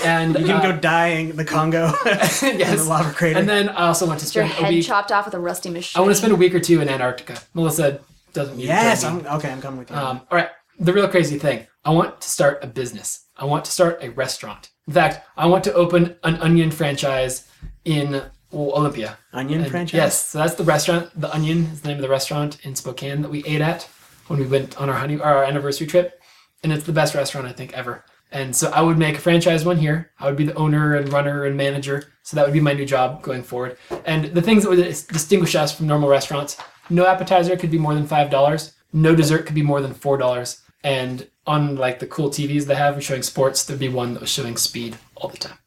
And uh, You can go dying the Congo in the yes. lava crater. uh, And then I also want to Get Your spend a head week. chopped off with a rusty machete. I want to spend a week or two in Antarctica. Melissa doesn't. need to join yes, me. I'm, okay, I'm coming with you. Um, all right. The real crazy thing. I want to start a business. I want to start a restaurant. In fact, I want to open an onion franchise in Olympia. Onion And- franchise. Uh, Yes, so that's the restaurant. The Onion is the name of the restaurant in Spokane that we ate at when we went on our honey our anniversary trip, and it's the best restaurant I think ever. And so I would make a franchise one here. I would be the owner and runner and manager. So that would be my new job going forward. And the things that would dis- distinguish us from normal restaurants: no appetizer could be more than five dollars. No dessert could be more than four dollars. And on like the cool TVs they have showing sports, there'd be one that was showing speed all the time.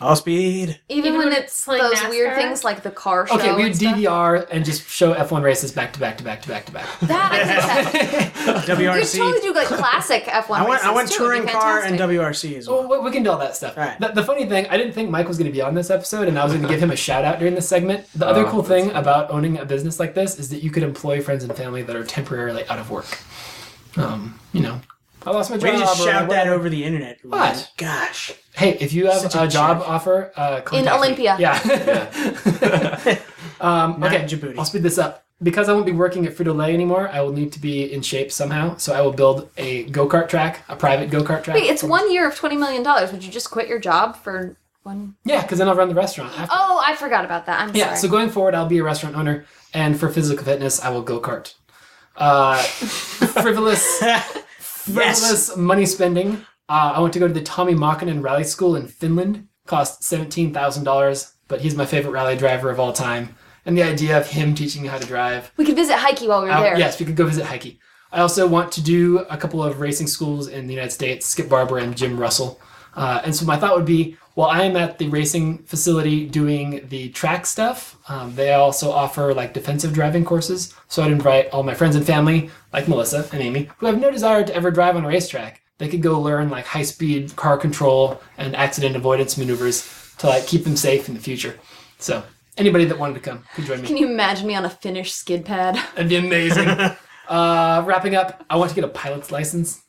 All speed. even, Even when when it's it's like those weird NASCAR? things like the car show. Okay, we would and stuff. DVR and just show F1 races back to back to back to back to back. That I can accept. You WRC. totally do like classic F1 I want I races, want too. It'd touring be car and fantastic. Oh, WRC as well. Well, we- we can do all that stuff. All right. The, the funny thing, I didn't think Mike was going to be on this episode, and I was going to give him a shout out during this segment. The other Oh, cool that's thing about owning a business like this is that you could employ friends and family that are temporarily out of work. Um, you know, I lost my We job. can just or shout that whatever. over the internet. Oh What? Gosh. Hey, if you have Such a, a job jerk. offer, uh, contact me. Olympia. Yeah. um, Not okay, in Djibouti. I'll speed this up. Because I won't be working at Frito Lay anymore, I will need to be in shape somehow. So I will build a go kart track, a private go kart track. Wait, it's one year of $20 million. Would you just quit your job for one? Yeah, because then I'll run the restaurant. after. Oh, I forgot about that. I'm Yeah, sorry. so going forward, I'll be a restaurant owner, and for physical fitness, I will go kart. Uh, frivolous, frivolous money spending. Uh, I want to go to the Tommy Makinen Rally School in Finland. Cost seventeen thousand dollars, but he's my favorite rally driver of all time. And the idea of him teaching me how to drive. we could visit Heike while we were I- there. Oh, yes, we could go visit Heike. I also want to do a couple of racing schools in the United States. Skip Barber and Jim Russell. Uh, and so my thought would be, while I am at the racing facility doing the track stuff, um, they also offer like defensive driving courses. So I'd invite all my friends and family, like Melissa and Amy, who have no desire to ever drive on a racetrack. They could go learn like high speed car control and accident avoidance maneuvers to like keep them safe in the future. So anybody that wanted to come could join me. Can you imagine me on a Finnish skid pad? That'd be amazing. uh, wrapping up, I want to get a pilot's license.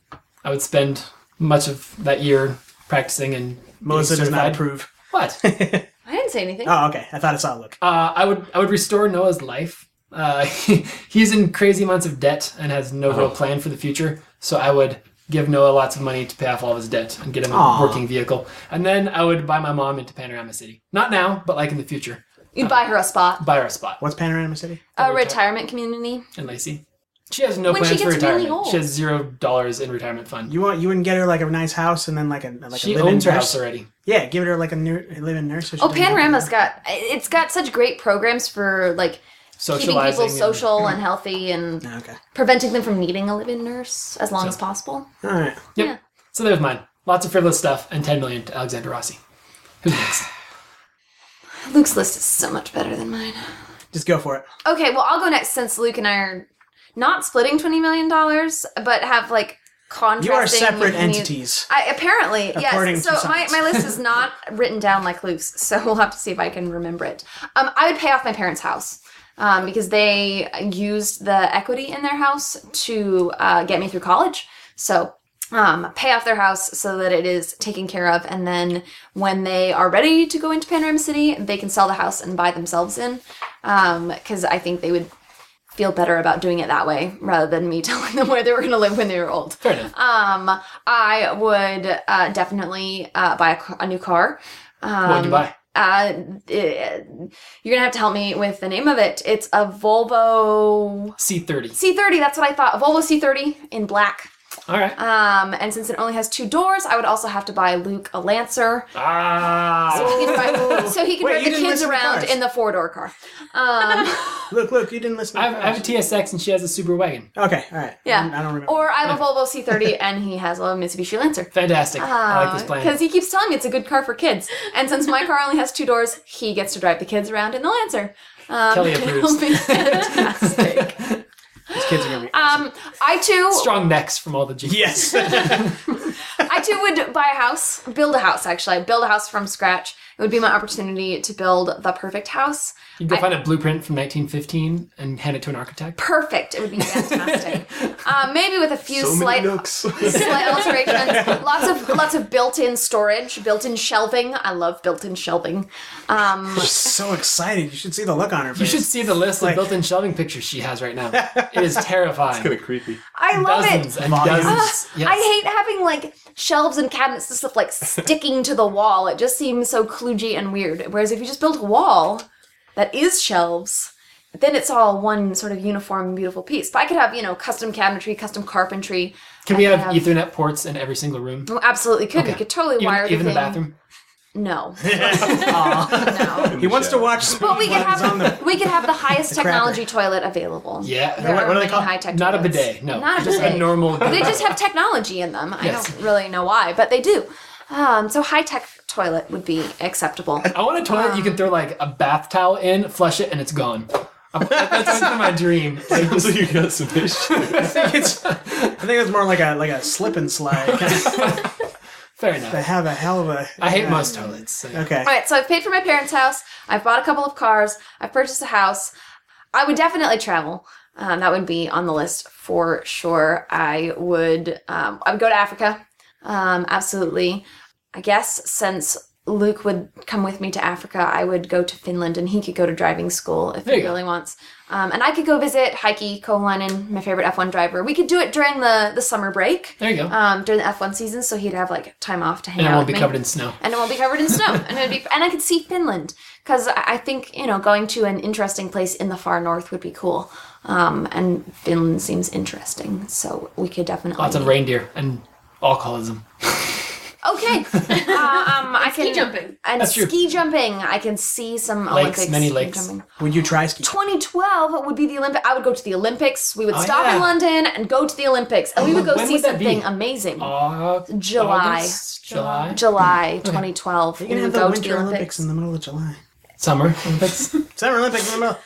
I would spend much of that year practicing and getting Melissa does not certified. approve. What? I didn't say anything. Oh, okay. I thought I saw a look. Uh, I would I would restore Noah's life. Uh, he's in crazy amounts of debt and has no real plan for the future. So I would give Noah lots of money to pay off all of his debt and get him a Aw. working vehicle. And then I would buy my mom into Panorama City. Not now, but like in the future, You'd buy her a spot, buy her a spot. What's Panorama City? a retirement community. Oh, And Lacey, she has no When she plans for gets really retirement. old. She has zero dollars in retirement fund. You want you wouldn't get her like a nice house and then like a like she a live-in owns her nurse? house already. Yeah, give her like a, nur- a live-in nurse. so she Oh, doesn't have to Panorama's drive. got it's got such great programs for like keeping Socializing. people and- social and healthy and Oh, okay. preventing them from needing a live-in nurse as long So- as possible. All right. Yep. Yeah. So there's mine. Lots of frivolous stuff and 10 million to Alexander Rossi. Who's next? Luke's list is so much better than mine. Just go for it. Okay, well, I'll go next since Luke and I are not splitting twenty million dollars, but have like contrasting. You are separate needs- entities. I, apparently, According yes. So to my, science. my list is not written down like Luke's, so we'll have to see if I can remember it. Um, I would pay off my parents' house um, because they used the equity in their house to uh, get me through college. So um, pay off their house so that it is taken care of, and then when they are ready to go into Panorama City, they can sell the house and buy themselves in. Because I think they would feel better about doing it that way rather than me telling them where they were going to live when they were old. Fair enough. Um, I would uh, definitely uh, buy a, ca- a new car. Um, What'd you buy? Uh, it- you're gonna have to help me with the name of it. It's a Volvo C30. C30. That's what I thought. A Volvo C30 in black. All right. Um, and since it only has two doors, I would also have to buy Luke a Lancer. Ah. He can drive- so he can Wait, drive you the didn't kids listen to around cars. in the four door car. Um, Look, look, you didn't listen. I To have, the I have a TSX and she has a Super Wagon. cars. Okay. All right. Yeah. I don't- I don't remember. or I have a Volvo C30 and he has a Mitsubishi Lancer. Fantastic. I like this plan. Because he keeps telling me it's a good car for kids. And since my car only has two doors, he gets to drive the kids around in the Lancer. Um, Kelly approves. It'll be fantastic. These kids are gonna be. um, I too, Strong necks from all the Jeeps. yes. I too would buy a house, build a house. Actually, I'd build a house from scratch. It would be my opportunity to build the perfect house. You'd go find a blueprint from 1915 and hand it to an architect. Perfect. It would be fantastic. um, maybe with a few So slight many nooks. slight alterations. lots of lots of built-in storage, built-in shelving. I love built-in shelving. Um, She's so excited. You should see the look on her face. You should see the list of Like- built-in shelving pictures she has right now. It is terrifying. Kind of creepy. I love it. dozens and Volumes. dozens. Yes. Ah, I hate having like shelves and cabinets and stuff like sticking to the wall. It just seems so kludgy and weird. Whereas if you just built a wall that is shelves, then it's all one sort of uniform and beautiful piece. But I could have, you know, custom cabinetry, custom carpentry. Can we I could have Ethernet ports in every single room? Oh, absolutely could. Okay. We could totally Even, wire even the the thing. bathroom? No, Aw. no. He wants to watch. But we could while he's on the have we could have the highest crapper. technology toilet available. Yeah. There What- are what are they many called? high-tech Not a toilets. bidet. No. Not a just bidet. a normal. they just have technology in them. I Yes. don't really know why, but they do. Um, so high tech toilet would be acceptable. I want a toilet you can throw like a bath towel in, flush it, and it's gone. That's been my dream. Like, Sounds like you got some issues. I think it's. I think it's more like a like a slip and slide. fair I enough. have a hell of a. I hate yeah. most toilets. so- Okay. All right, so I've paid for my parents' house. I've bought a couple of cars. I've purchased a house. I would definitely travel. Um, that would be on the list for sure. I would. Um, I would go to Africa. Um, absolutely. I guess since Luke would come with me to Africa, I would go to Finland, and he could go to driving school if There he you go. really wants. Um, and I could go visit Heikki Kovalainen, my favorite F1 driver. We could do it during the the summer break, There you go. um, during the F1 season, so he'd have like time off to hang and it out. won't be with me covered in snow. and it won't be covered in snow and it'd be and i could see finland because I, I think you know going to an interesting place in the far north would be cool um, and finland seems interesting so we could definitely Lots of reindeer and alcoholism. Okay. uh, um, I can ski jumping. And That's true. ski jumping, I can see some Lakes, Olympics. many ski lakes. Jumping. Would you try ski? 2012 would be the Olympic. I would go to the Olympics. We would Oh, stop yeah. in London and go to the Olympics, and we would go When see would that something be? amazing. Uh, July. August, July, July 2012. You're gonna we have would the go Winter to the Olympics. Olympics. in the middle of July. summer Olympics. Summer Olympics in the middle.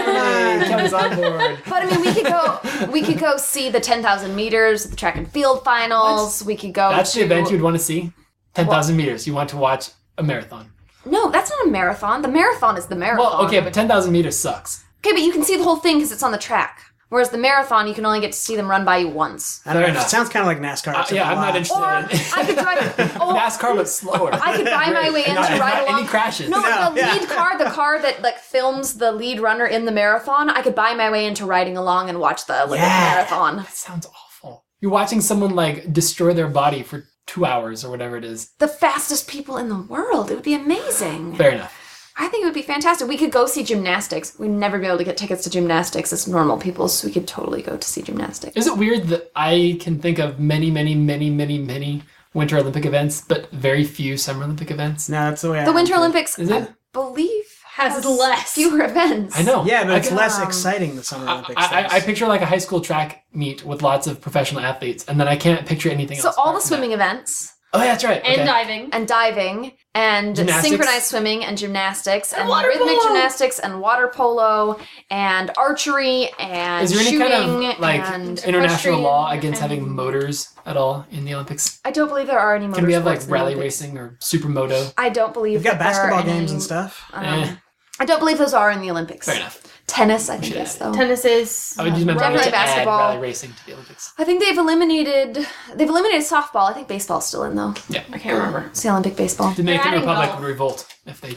Yay! Kevin's on board. But I mean, we could go. We could go see the 10,000 meters, the track and field finals. We could go. That's to, the event you'd want to see. Ten thousand meters. You want to watch a marathon. No, that's not a marathon. The marathon is the marathon. Well, okay, but ten thousand meters sucks. Okay, but you can see the whole thing because it's on the track. Whereas the marathon, you can only get to see them run by you once. I don't Fair know. enough. It sounds kind of like NASCAR. Uh, except yeah, a I'm not lot. interested. Or in it. I could drive. Oh, NASCAR, but slower. I could buy my way in Not- to ride not along. any crashes. No, No, the yeah. lead car, the car that like films the lead runner in the marathon. I could buy my way into riding along and watch the Olympic Yeah. marathon. That sounds awful. You're watching someone like destroy their body for two hours or whatever it is. The fastest people in the world. It would be amazing. Fair enough. I think it would be fantastic. We could go see gymnastics. We'd never be able to get tickets to gymnastics as normal people, so we could totally go to see gymnastics. Is it weird that I can think of many, many, many, many, many Winter Olympic events, but very few Summer Olympic events? No, that's the way. I The Winter look Olympics, Is I it? believe, Has less. fewer events. I know. at it. Yeah, but I it's can- less um, exciting than Summer I, Olympics. I, I is. picture like a high school track meet with lots of professional athletes, and then I can't picture anything So else. all the apart from that. swimming events Oh, yeah, that's right. and okay. diving. and uh, diving and Gymnastics. synchronized swimming and gymnastics and, water rhythmic polo. gymnastics and water polo and archery and Is there any shooting kind of like and international law equestrian against having and- motors at all in the Olympics? I don't believe there are any. Can we have motorsports like in the rally Olympics. racing or supermoto? I don't believe You've got that there are basketball games any- and stuff. Um, Eh. I don't believe those are in the Olympics. Fair enough. Tennis, I think should is add though. Tennis is. I would just meant to Definitely add uh, basketball. rally racing to the Olympics. I think they've eliminated they've eliminated softball. I think baseball's still in though. Yeah. I can't remember. It's the Olympic baseball. The Dominican adding Republic golf. would revolt if they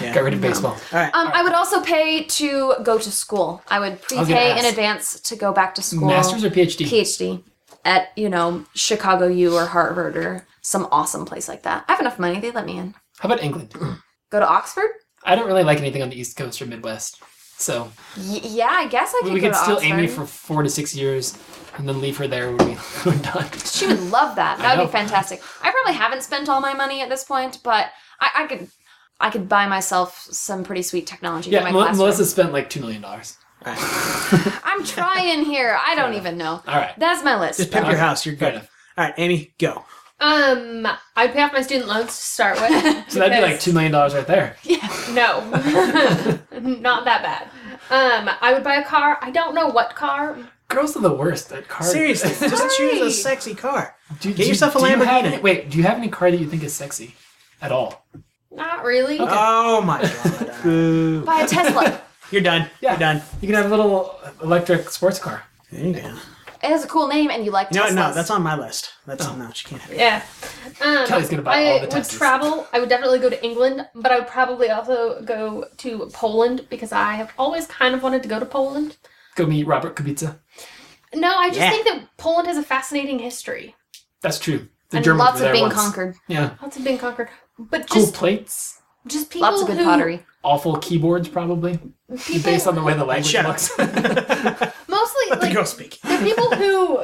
Yeah. got rid of baseball. All right. Um, I would also pay to go to school. I would gonna prepay in ask. advance to go back to school. Masters or PhD? PhD at you know Chicago U or Harvard or some awesome place like that. I have enough money; they let me in. How about England? Go to Oxford? I don't really like anything on the East Coast or Midwest. So Y- yeah, I guess I could we go could to still Oxford. aim Amy for four to six years and then leave her there when we- we're done. She would love that. I That would be know. fantastic. I probably haven't spent all my money at this point, but I, I could I could buy myself some pretty sweet technology for Yeah, my Mel- classroom. Melissa spent like $2 million. All I'm trying here. I don't even know. right. That's my list. Just pimp your Okay. house. You're Fair good. enough. All right, Amy, go. Um, I'd pay off my student loans to start with. So that'd be like $2 million right there. No, not that bad. Um, I would buy a car. I don't know what car. Girls are the worst at cars. Seriously, just choose a Right. sexy car. Do, Get yourself a do you have Lamborghini. any- wait, do you have any car that you think is sexy at all? Not really. Okay. Oh my god. Boo. Buy a Tesla. You're done. Yeah. You're done. You can have a little electric sports car. There you go. It has a cool name, and you like No, Teslas. no, that's on my list. That's Oh. no, she can't. have it. Yeah. Um, Kelly's gonna buy I all the would Teslas. travel. I would definitely go to England, but I would probably also go to Poland because I have always kind of wanted to go to Poland. Go meet Robert Kubica. No, I just Yeah. think that Poland has a fascinating history. That's true. The and Germans lots were of there being once. conquered. Yeah. Lots of being conquered, but Cool just plates. just people Lots of good who, pottery. Awful keyboards, probably. People, Based on the way the language Shut up. looks. mostly Let the like girl speak. they're people who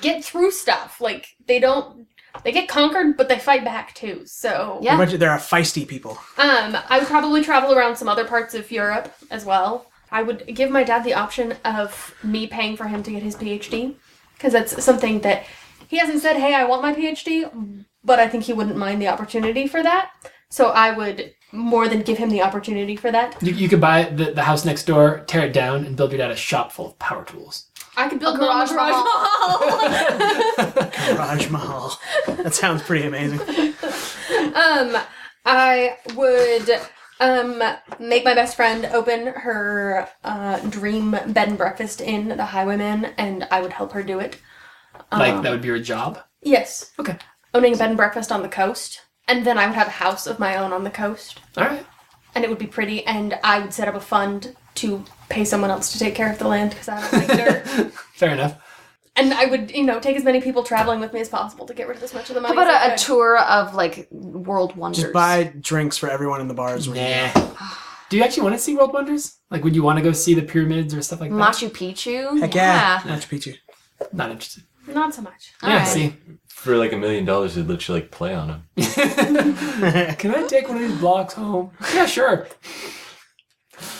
get through stuff. Like they don't they get conquered, but they fight back too. So Yeah. A bunch of- There are feisty people. um, I would probably travel around some other parts of Europe as well. I would give my dad the option of me paying for him to get his PhD because that's something that he hasn't said. Hey, I want my PhD, but I think he wouldn't mind the opportunity for that. So I would more than give him the opportunity for that. you, you could buy the, the house next door, tear it down, and build your dad a shop full of power tools. I could build A my own garage Raj garage mahal. Mahal. That sounds pretty amazing. Um, I would um make my best friend open her uh, dream bed and breakfast in the Highwayman, and I would help her do it. Like, that would be your job. Yes, Okay. owning a bed and breakfast on the coast, and then I would have a house of my own on the coast, All right. and it would be pretty. And I would set up a fund to pay someone else to take care of the land because I don't like dirt. Fair enough. and I would, you know, take as many people traveling with me as possible to get rid of as much of the How money. about as I a, a could. tour of like world wonders? Just buy drinks for everyone in the bars. where you Nah. Do you actually want to see World Wonders? Like, would you want to go see the pyramids or stuff like that? Machu Picchu. Heck yeah. Machu Picchu. Not interested. Not so much. yeah, Alright. see. For like a million dollars, they'd let you like play on them. Can I take one of these blocks home? Yeah, sure.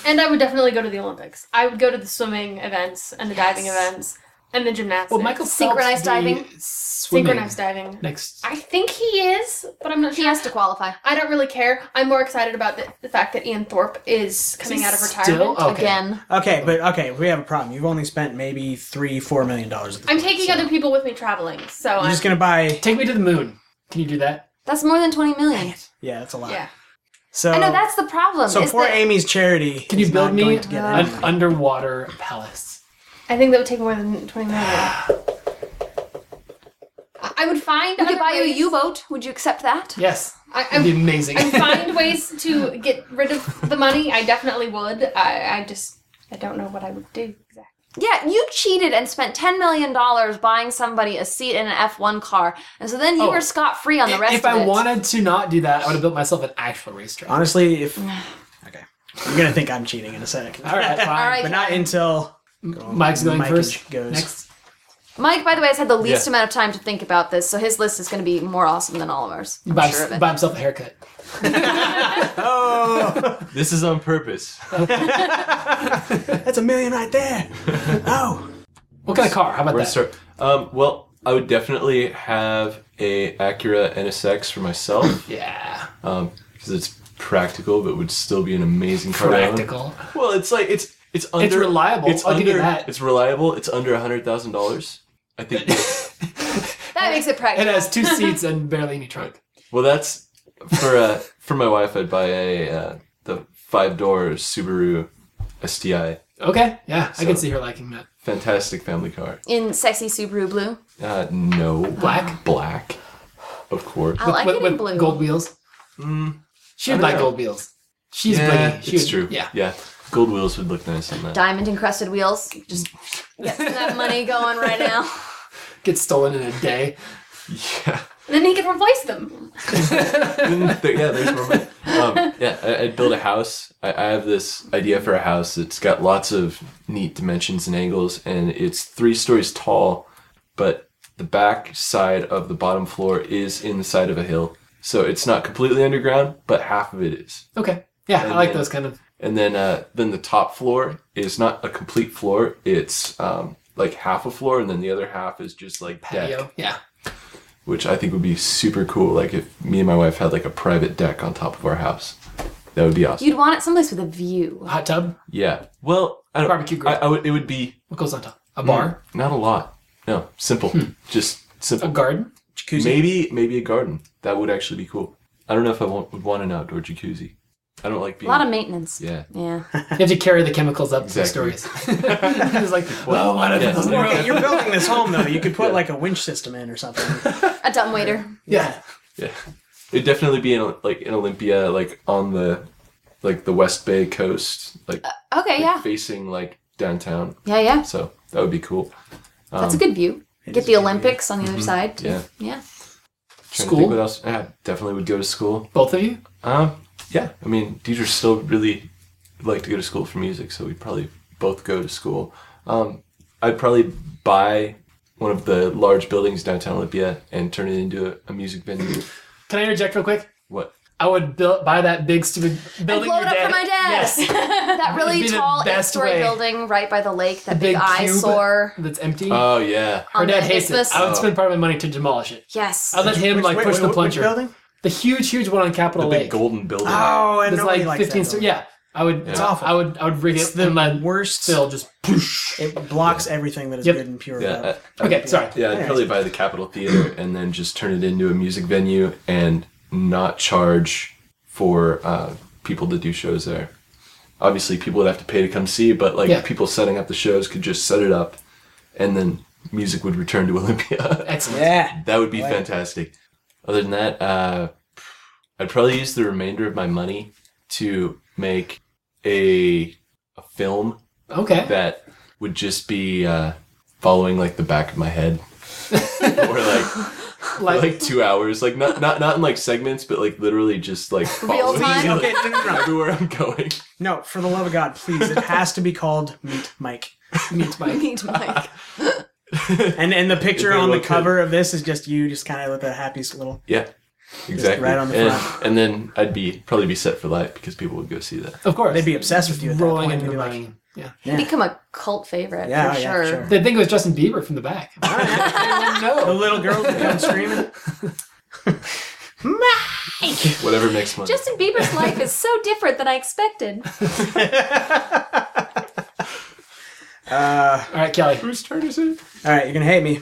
And I would definitely go to the Olympics. I would go to the swimming events and the diving events and the gymnastics. Well, Michael Phelps Synchronized did diving? Swimming. synchronized diving. Next. I think he is, but I'm not He sure. has to qualify. I don't really care. I'm more excited about the, the fact that Ian Thorpe is coming out of retirement. Still? Okay. Again. Okay, but okay, we have a problem. You've only spent maybe three, four million dollars. I'm taking other people with me traveling, so You're I'm just gonna buy. Take me to the moon. Can you do that? That's more than 20 million. Yeah, that's a lot. yeah. So I know that's the problem. so is for that- Amy's charity. Can you it's build not me going to get an any money. underwater palace? I think that would take more than twenty million. I I would find. we could other buy you a ways- U-boat. Would you accept that? Yes. I, I, It'd be amazing. I find ways to get rid of the money. I definitely would. I, I just I don't know what I would do exactly. Yeah, you cheated and spent $10 million buying somebody a seat in an F1 car. And so then you Oh. were scot-free on the rest if of I it. wanted to not do that, I would have built myself an actual racetrack. Honestly, if okay, you're gonna think I'm cheating in a sec. All right, fine. All right. but not until Mike's going Mike first. Goes. Next. Mike, by the way, has had the least Yeah. amount of time to think about this, so his list is going to be more awesome than all of ours. I'm Buy, sure of it. buy himself a haircut. Oh, This is on purpose. that's a million right there. Oh, What kind of car? How about We're that? start, um, well, I would definitely have a Acura NSX for myself Yeah. because it's practical, but would still be an amazing car. to own. Practical. Well, it's like it's it's under reliable. It's I'll under give you that. it's reliable. It's under a hundred thousand dollars. I think. that makes it It practical. has two seats and barely any trunk. well, that's for uh, for my wife. I'd buy a uh, the five door Subaru STI. Okay. Yeah, I can So- see her liking that. Fantastic family car. In sexy Subaru blue. Uh, no Black? Black, of course. I like with, it with in blue. gold wheels. she would Hmm. I don't like know. gold wheels. She's yeah, pretty. She it's would- true. Yeah. yeah. Gold wheels would look nice on that. Diamond encrusted wheels. Just get some of that money going right now. Gets stolen in a day. Yeah. And then he could replace them. Then th- yeah, there's more money. Um, yeah, I, I'd build a house. I, I have this idea for a house that's got lots of neat dimensions and angles, and it's three stories tall, but the back side of the bottom floor is in the side of a hill. So it's not completely underground, but half of it is. Okay. Yeah, I And like then- those kind of. And then uh, then the top floor is not a complete floor. It's um, like half a floor, and then the other half is just like Patio. deck, Yeah. which I think would be super cool. Like if me and my wife had like a private deck on top of our house, that would be awesome. You'd want it someplace with a view. Hot tub. Yeah. Well, I don't, Barbecue grill. I, I would, it would be What goes on top? A Hmm. bar. Hmm. not a lot. No, simple. Just A simple. garden. jacuzzi. maybe maybe a garden. That would actually be cool. I don't know if I want, would want an outdoor jacuzzi. I don't like A being. lot of maintenance. yeah. Yeah. You have to carry the chemicals up to Exactly. the stories. He's like, well, Well, one of yeah. those Well, Okay, world. you're building this home though. You could put like a winch system in or something. A dumb waiter. Yeah. Yeah, it'd definitely be in like in Olympia, like on the like the West Bay coast, like Okay, yeah. facing like downtown. Yeah, yeah. So that would be cool. That's a good view. is Get the a good view. Olympics on the other side. too. Yeah. Yeah. Trying To School? think what else? Yeah, definitely would go to school. Both of you. Um, yeah. I mean, Deidre still really would like to go to school for music, so we'd probably both go to school. Um, I'd probably buy one of the large buildings downtown Olympia and turn it into a, a music venue. Can I interject real quick? What? I would build buy that big stupid building. blow your it up for dad- my dad. Yes. That really be the tall best eight-story way. building right by the lake, that The big big, cube. eyesore. That's empty. Oh yeah. Her on dad the hates it. isthmus. I would spend part of my money to demolish it. Yes. I'd let him like Wait, push wait, the which plunger. building? The huge, huge one on Capitol The Lake. big golden building. Oh, and There's nobody like likes that 15 stories. building. Yeah, I would. It's awful. I would. I would rig It's it and the let worst. Phil just. It blocks everything that is Yep. good and pure. Yeah. uh, I- Okay, sorry. Yeah, I'd probably buy the Capitol Theater and then just turn it into a music venue and not charge for uh, people to do shows there. Obviously, people would have to pay to come see, but like Yeah. people setting up the shows could just set it up, and then music would return to Olympia. Excellent. Yeah. that would be fantastic. Other than that, uh, I'd probably use the remainder of my money to make a, a film Okay. that would just be uh, following like the back of my head or like like, like two hours like not not not in like segments but like literally just like following time? me, like, Okay, no, no, no. everywhere i'm going No, for the love of God, please. It has to be called Meet Mike. meets Mike. Meet Mike. And and the picture If they on the look cover of this is just you, just kind of with a happy little. Yeah. Exactly. right on the and, front. and then I'd be probably be set for life because people would go see that. Of course. They'd be obsessed with you at that rolling point. into the They'd be money. yeah. Yeah. Become a cult favorite Yeah, for yeah, sure. sure. They think it was Justin Bieber from the back. I The don't know. little girls would come screaming. Whatever makes money. Justin Bieber's life is so different than I expected. Uh, All right, Kelly. Mm. Whose turn is it? all right, you're gonna hate me.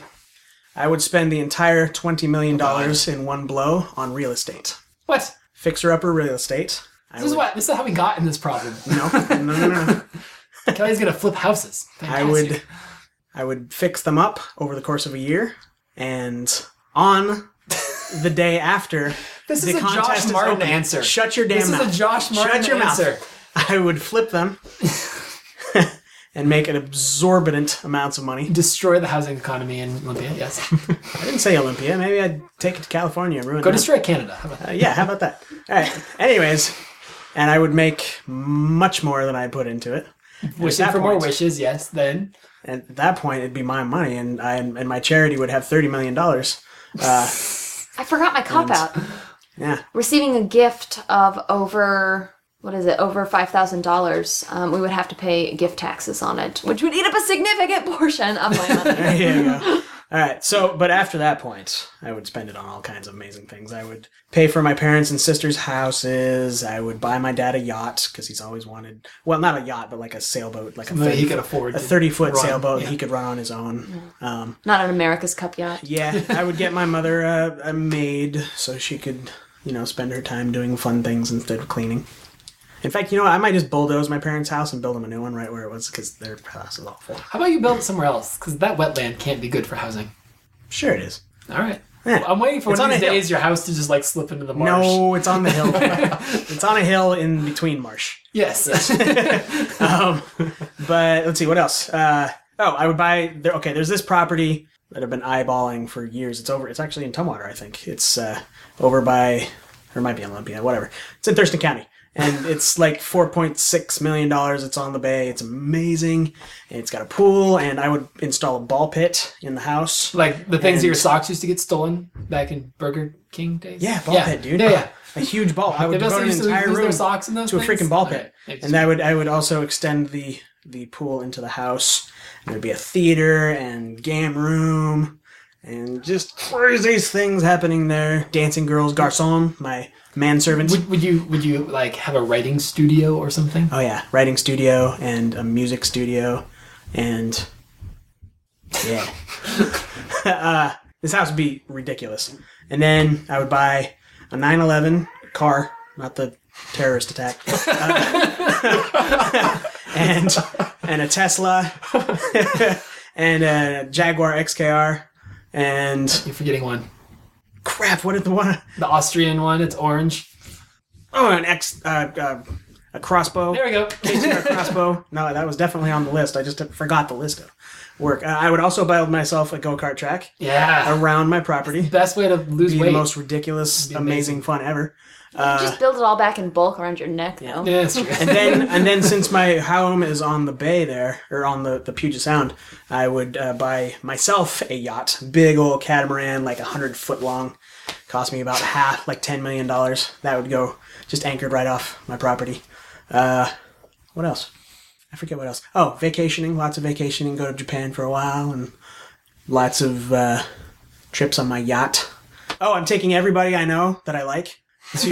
I would spend the entire twenty million dollars in one blow on real estate. What? Fixer upper real estate. I This is would- what. This is how we got in this problem. No, no, no, no. no. Kelly's gonna flip houses. I Fantastic. would I would fix them up over the course of a year and on the day after This the is a contest Josh is Martin open. answer. Shut your damn This mouth. is a Josh Martin Shut your mouth. answer. I would flip them and make an exorbitant amounts of money. Destroy the housing economy in Olympia. Yes. I didn't say Olympia. Maybe I'd take it to California and ruin Go that. destroy Canada. How about that? Uh, yeah, how about that? All right. Anyways, and I would make much more than I put into it. Wishing that for more point- wishes. Yes. Then And at that point, it'd be my money, and I and my charity would have thirty million dollars. Uh, I forgot my cop out. yeah. Receiving a gift of over what is it? Over five thousand dollars. Um, we would have to pay gift taxes on it, which would eat up a significant portion of my yeah, money. yeah. All right. So, but after that point, I would spend it on all kinds of amazing things. I would pay for my parents and sisters' houses. I would buy my dad a yacht because he's always wanted, well, not a yacht, but like a sailboat, like a that 30, he could afford a to 30 foot run, sailboat yeah. he could run on his own. Um, Not an America's Cup yacht. yeah, I would get my mother a, a maid so she could, you know, spend her time doing fun things instead of cleaning. In fact, you know what? I might just bulldoze my parents' house and build them a new one right where it was because their house is awful. how about you build it somewhere else? Because that wetland can't be good for housing. Sure, it is. All right. Yeah. Well, I'm waiting for It's one on of these a hill. days your house to just like slip into the marsh. No, it's on the hill. it's on a hill in between marsh. Yes. Um, but let's see what else. Uh, oh, I would buy. There, okay, there's this property that I've been eyeballing for years. It's over. It's actually in Tumwater, I think. It's uh, over by, or it might be in Olympia, whatever. It's in Thurston County, and it's like 4.6 million dollars. It's on the bay. It's amazing. And it's got a pool, and I would install a ball pit in the house. like the things that And- your socks used to get stolen back in Burger King days. Yeah, ball pit, dude. Yeah, yeah. A huge ball. I would They also devote an used to entire lose their room. socks in those to a things? freaking ball All pit, right. and that would I would also extend the the pool into the house. There'd be a theater and game room, and just craziest things happening there. Dancing girls, garçon, my manservant. Would, would you would you like have a writing studio or something? oh yeah, writing studio and a music studio, and yeah, uh, this house would be ridiculous. And then I would buy a 911 car, not the terrorist attack, Uh, and and a Tesla, and a Jaguar XKR, and You're forgetting one. crap. What did the one? The Austrian one. It's orange. Oh, an X, uh, uh, a crossbow. There we go. Or crossbow. No, that was definitely on the list. I just forgot the list of work. Uh, I would also build myself a go kart track Yeah. around my property. Best way to lose Be weight. the most ridiculous, Be amazing. amazing fun ever. Uh, Just build it all back in bulk around your neck, though. yeah, that's true. And then, and then, since my home is on the bay there, or on the, the Puget Sound, I would uh, buy myself a yacht, big old catamaran, like hundred foot long. Cost me about half, like ten million dollars. That would go just anchored right off my property. Uh, what else? I forget what else. Oh, vacationing, lots of vacationing. Go to Japan for a while, and lots of uh, trips on my yacht. Oh, I'm taking everybody I know that I like to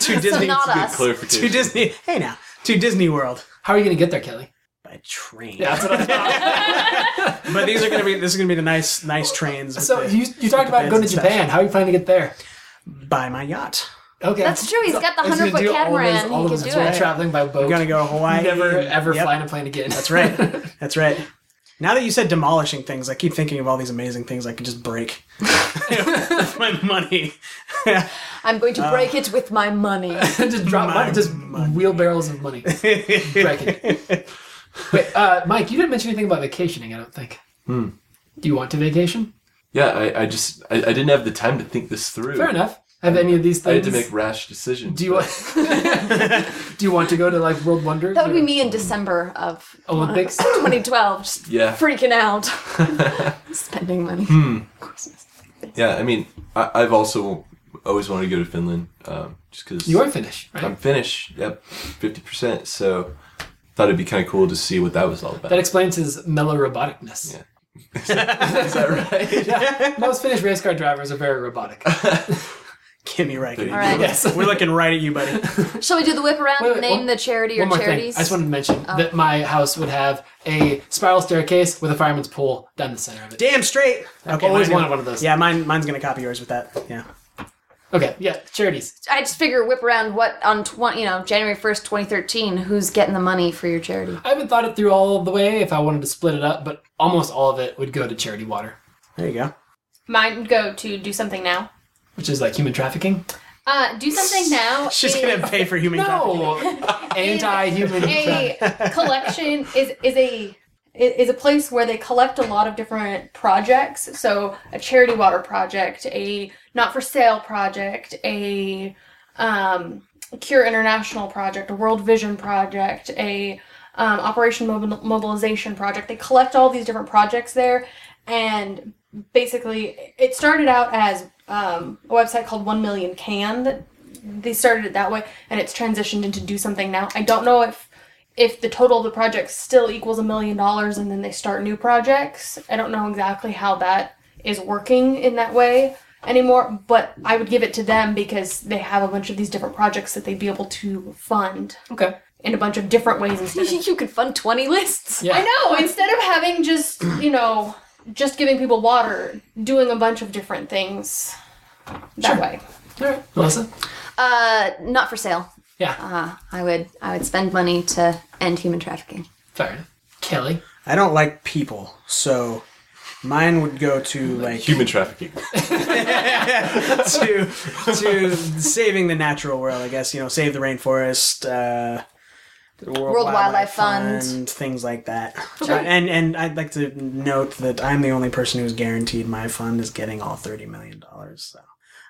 to Disney. not to- us. to Clarification. Disney. Hey now, to Disney World How are you gonna get there, Kelly? by train. Yeah, that's what I thought. But these are gonna be this is gonna be the nice nice trains. with so the- you, you talked about depends going on to stuff. Japan. How are you planning to get there? by my yacht. Okay. That's true. He's got the He's gonna hundred foot do all of his- catamaran. all He of can his do world it. Traveling by boat. I'm gonna go to Hawaii. Never ever Yep, fly in a plane again. That's That's right. That's right. Now that you said demolishing things, I keep thinking of all these amazing things I could just break with my money. I'm going Uh, to break it with my money. just drop My money, just wheelbarrows of money. Breaking. Wait, uh, Mike, you didn't mention anything about vacationing. I don't think. Hmm. Do you want to vacation? Yeah, I, I just I, I didn't have the time to think this through. Fair enough. I Have any of these things? I had to make rash decisions. Do you want? do you want to go to like World Wonders? That would be or- me in December of Olympics? 2012. Just Yeah. freaking out, spending money. Christmas. Yeah, I mean, I, I've also always wanted to go to Finland, um, just because You are Finnish, right? I'm Finnish. Yep, fifty percent. So thought it'd be kind of cool to see what that was all about. that explains his mellow roboticness. Yeah. Is that right? Most Finnish race car drivers are very robotic. Kimmy Räikkönen. All right. yes. We're looking right at you, buddy. Shall we do the whip around Wait, and wait, name one- the charity or One more charities? thing. Oh. I just wanted to mention that my house would have a spiral staircase with a fireman's pool down the center of it. Damn straight. I've always mine- wanted one of those. Yeah, mine. Mine's gonna copy yours with that. Yeah. Okay. Yeah. Charities. I just figure whip around what on twenty, you know, January first, twenty thirteen. Who's getting the money for your charity? I haven't thought it through all the way if I wanted to split it up, but almost all of it would go to charity water, There you go. Mine would go to do something now. which is like human trafficking. Uh, do something now. She's is gonna pay for human trafficking. No. Anti-human. trafficking. a collection is is a is a place where they collect a lot of different projects. So a charity water project, a not for sale project, a um, Cure International project, a World Vision project, a um, Operation Mobil- Mobilization project. They collect all these different projects there, and basically, it started out as um, a website called One Million Can. That they started it that way, and it's transitioned into Do Something Now. I don't know if if the total of the projects still equals a million dollars, and then they start new projects. I don't know exactly how that is working in that way anymore, but I would give it to them because they have a bunch of these different projects that they'd be able to fund Okay. in a bunch of different ways instead of you could fund twenty lists. Yeah. I know. Instead of having just you know just giving people water, doing a bunch of different things that way. All right. Melissa. Uh, not for sale. Yeah. Uh-huh. Uh, I would I would spend money to end human trafficking. Fair enough. Kelly. I don't like people, so mine would go to like Human trafficking. to to saving the natural world. I guess you know, save the rainforest. Uh, the World, Wildlife Fund. things like that. Uh, and and I'd like to note that I'm the only person who's guaranteed my fund is getting all thirty million dollars, so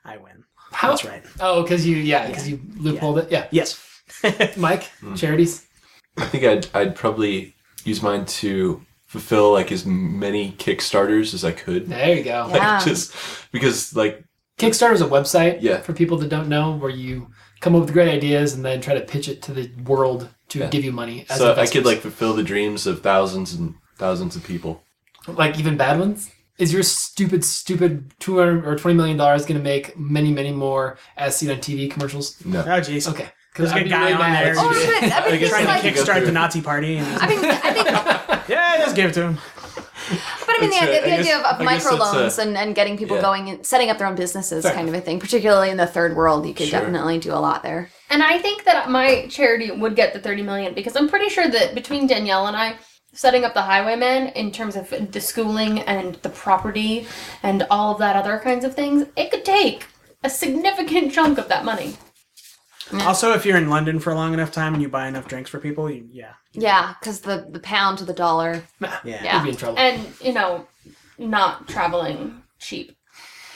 I win. How- That's right. Oh, because you. Yeah. Because you loopholed it. Yes. Yeah. Mike. Mm-hmm. Charities. I think I'd I'd probably use mine to fulfill like as many Kickstarters as I could. There you go. Yeah. Like, just because like Kickstarter is a website Yeah. for people that don't know where you come up with great ideas and then try to pitch it to the world to give you money. As so I could like investors. fulfill the dreams of thousands and thousands of people. like even bad ones. Is your stupid, stupid two hundred or twenty million dollars going to make many, many more as seen on TV commercials? No. Oh jeez. Okay, There's a I'd good be guy on mad there. if Oh, you- but I mean, guess it's I Trying to like, can go kickstart through. the Nazi party. And, I mean, I think, but yeah, just give it to him. I mean, the, That's right. idea- the I guess- idea of, of I guess that's microloans a- and, and getting people yeah. going and setting up their own businesses, Fair kind of a thing. Particularly in the third world, you could Sure. definitely do a lot there. And I think that my charity would get the 30 million because I'm pretty sure that between Danielle and I setting up the highwaymen in terms of the schooling and the property and all of that other kinds of things, it could take a significant chunk of that money. Also, if you're in London for a long enough time and you buy enough drinks for people, you, yeah, Yeah, because the the pound to the dollar. yeah, Yeah. be in trouble. And, you know, not traveling cheap.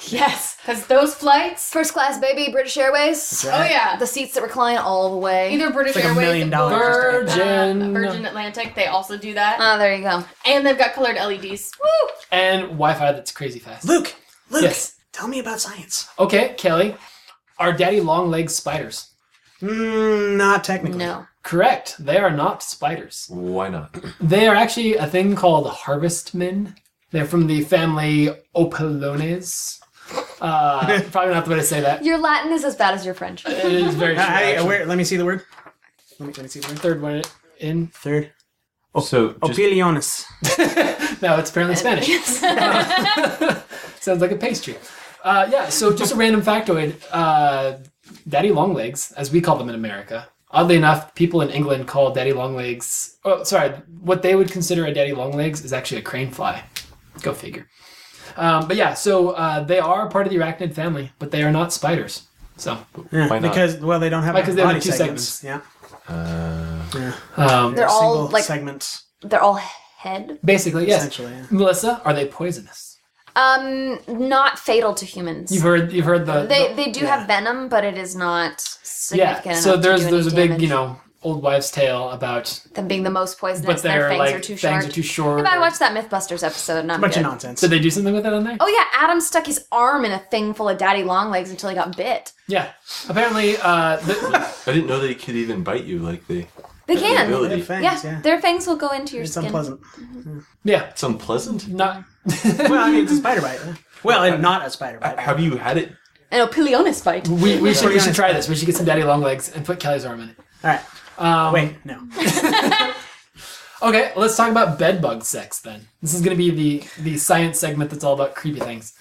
Yes, Because those flights, first class, baby, British Airways. oh yeah, The seats that recline all the way. either British like a Airways million or dollars. Virgin. uh, Virgin Atlantic, they also do that. Ah, there you go. and they've got colored E LEDs. Woo! and Wi-Fi that's crazy fast. Luke, Luke, Yes. tell me about science. Okay, Kelly, are daddy long-legged spiders? Mm, not technically. No. Correct. They are not spiders. Why not? They are actually a thing called harvestmen. They're from the family Opelones. Uh, probably not the way to say that. Your Latin is as bad as your French. It is very true. I, I- actually. where, let me see the word. Let me, let me see the word. Third one in. Third. So just, Opilionis. No, it's apparently Spanish. Sounds like a pastry. Uh, yeah, so just a random factoid. Uh, daddy longlegs, as we call them in America. Oddly enough, people in England call daddy longlegs. Oh, sorry. What they would consider a daddy longlegs is actually a crane fly. Go figure. Um, but yeah, so uh, they are part of the arachnid family, but they are not spiders. So Yeah, Why not? Because well, they don't have Why, 'cause they have body two segments. segments. Yeah, uh, um, They're all, Single like- segments. They're all head. basically, yes. Essentially, yeah. Melissa, are they poisonous? Um, not fatal to humans. You've heard you've heard the, They they do Yeah. have venom, but it is not significant. yeah. So enough to there's do any there's a big you damage. know old wives' tale about them being the most poisonous. but their they're fangs like are too fangs short. are too short. If I or- watched that MythBusters episode, and I'm bunch good. of nonsense. Did they do something with it on there? Oh yeah, Adam stuck his arm in a thing full of daddy long legs until he got bit. Yeah. Apparently, uh, the, I didn't know they could even bite you like they. They have the can. ability. They're fangs, yeah, yeah. their fangs will go into your It's skin. unpleasant. yeah. It's unpleasant. Not. Mm. well, I mean, it's a spider bite. yeah. Well, and not a spider bite. Have you had it? And a pilionis bite. We, we should we Yeah. should try this. We should get some daddy long legs and put Kelly's arm in it. All right. Um, Wait, no. Okay, let's talk about bed bug sex then. This is going to be the the science segment that's all about creepy things.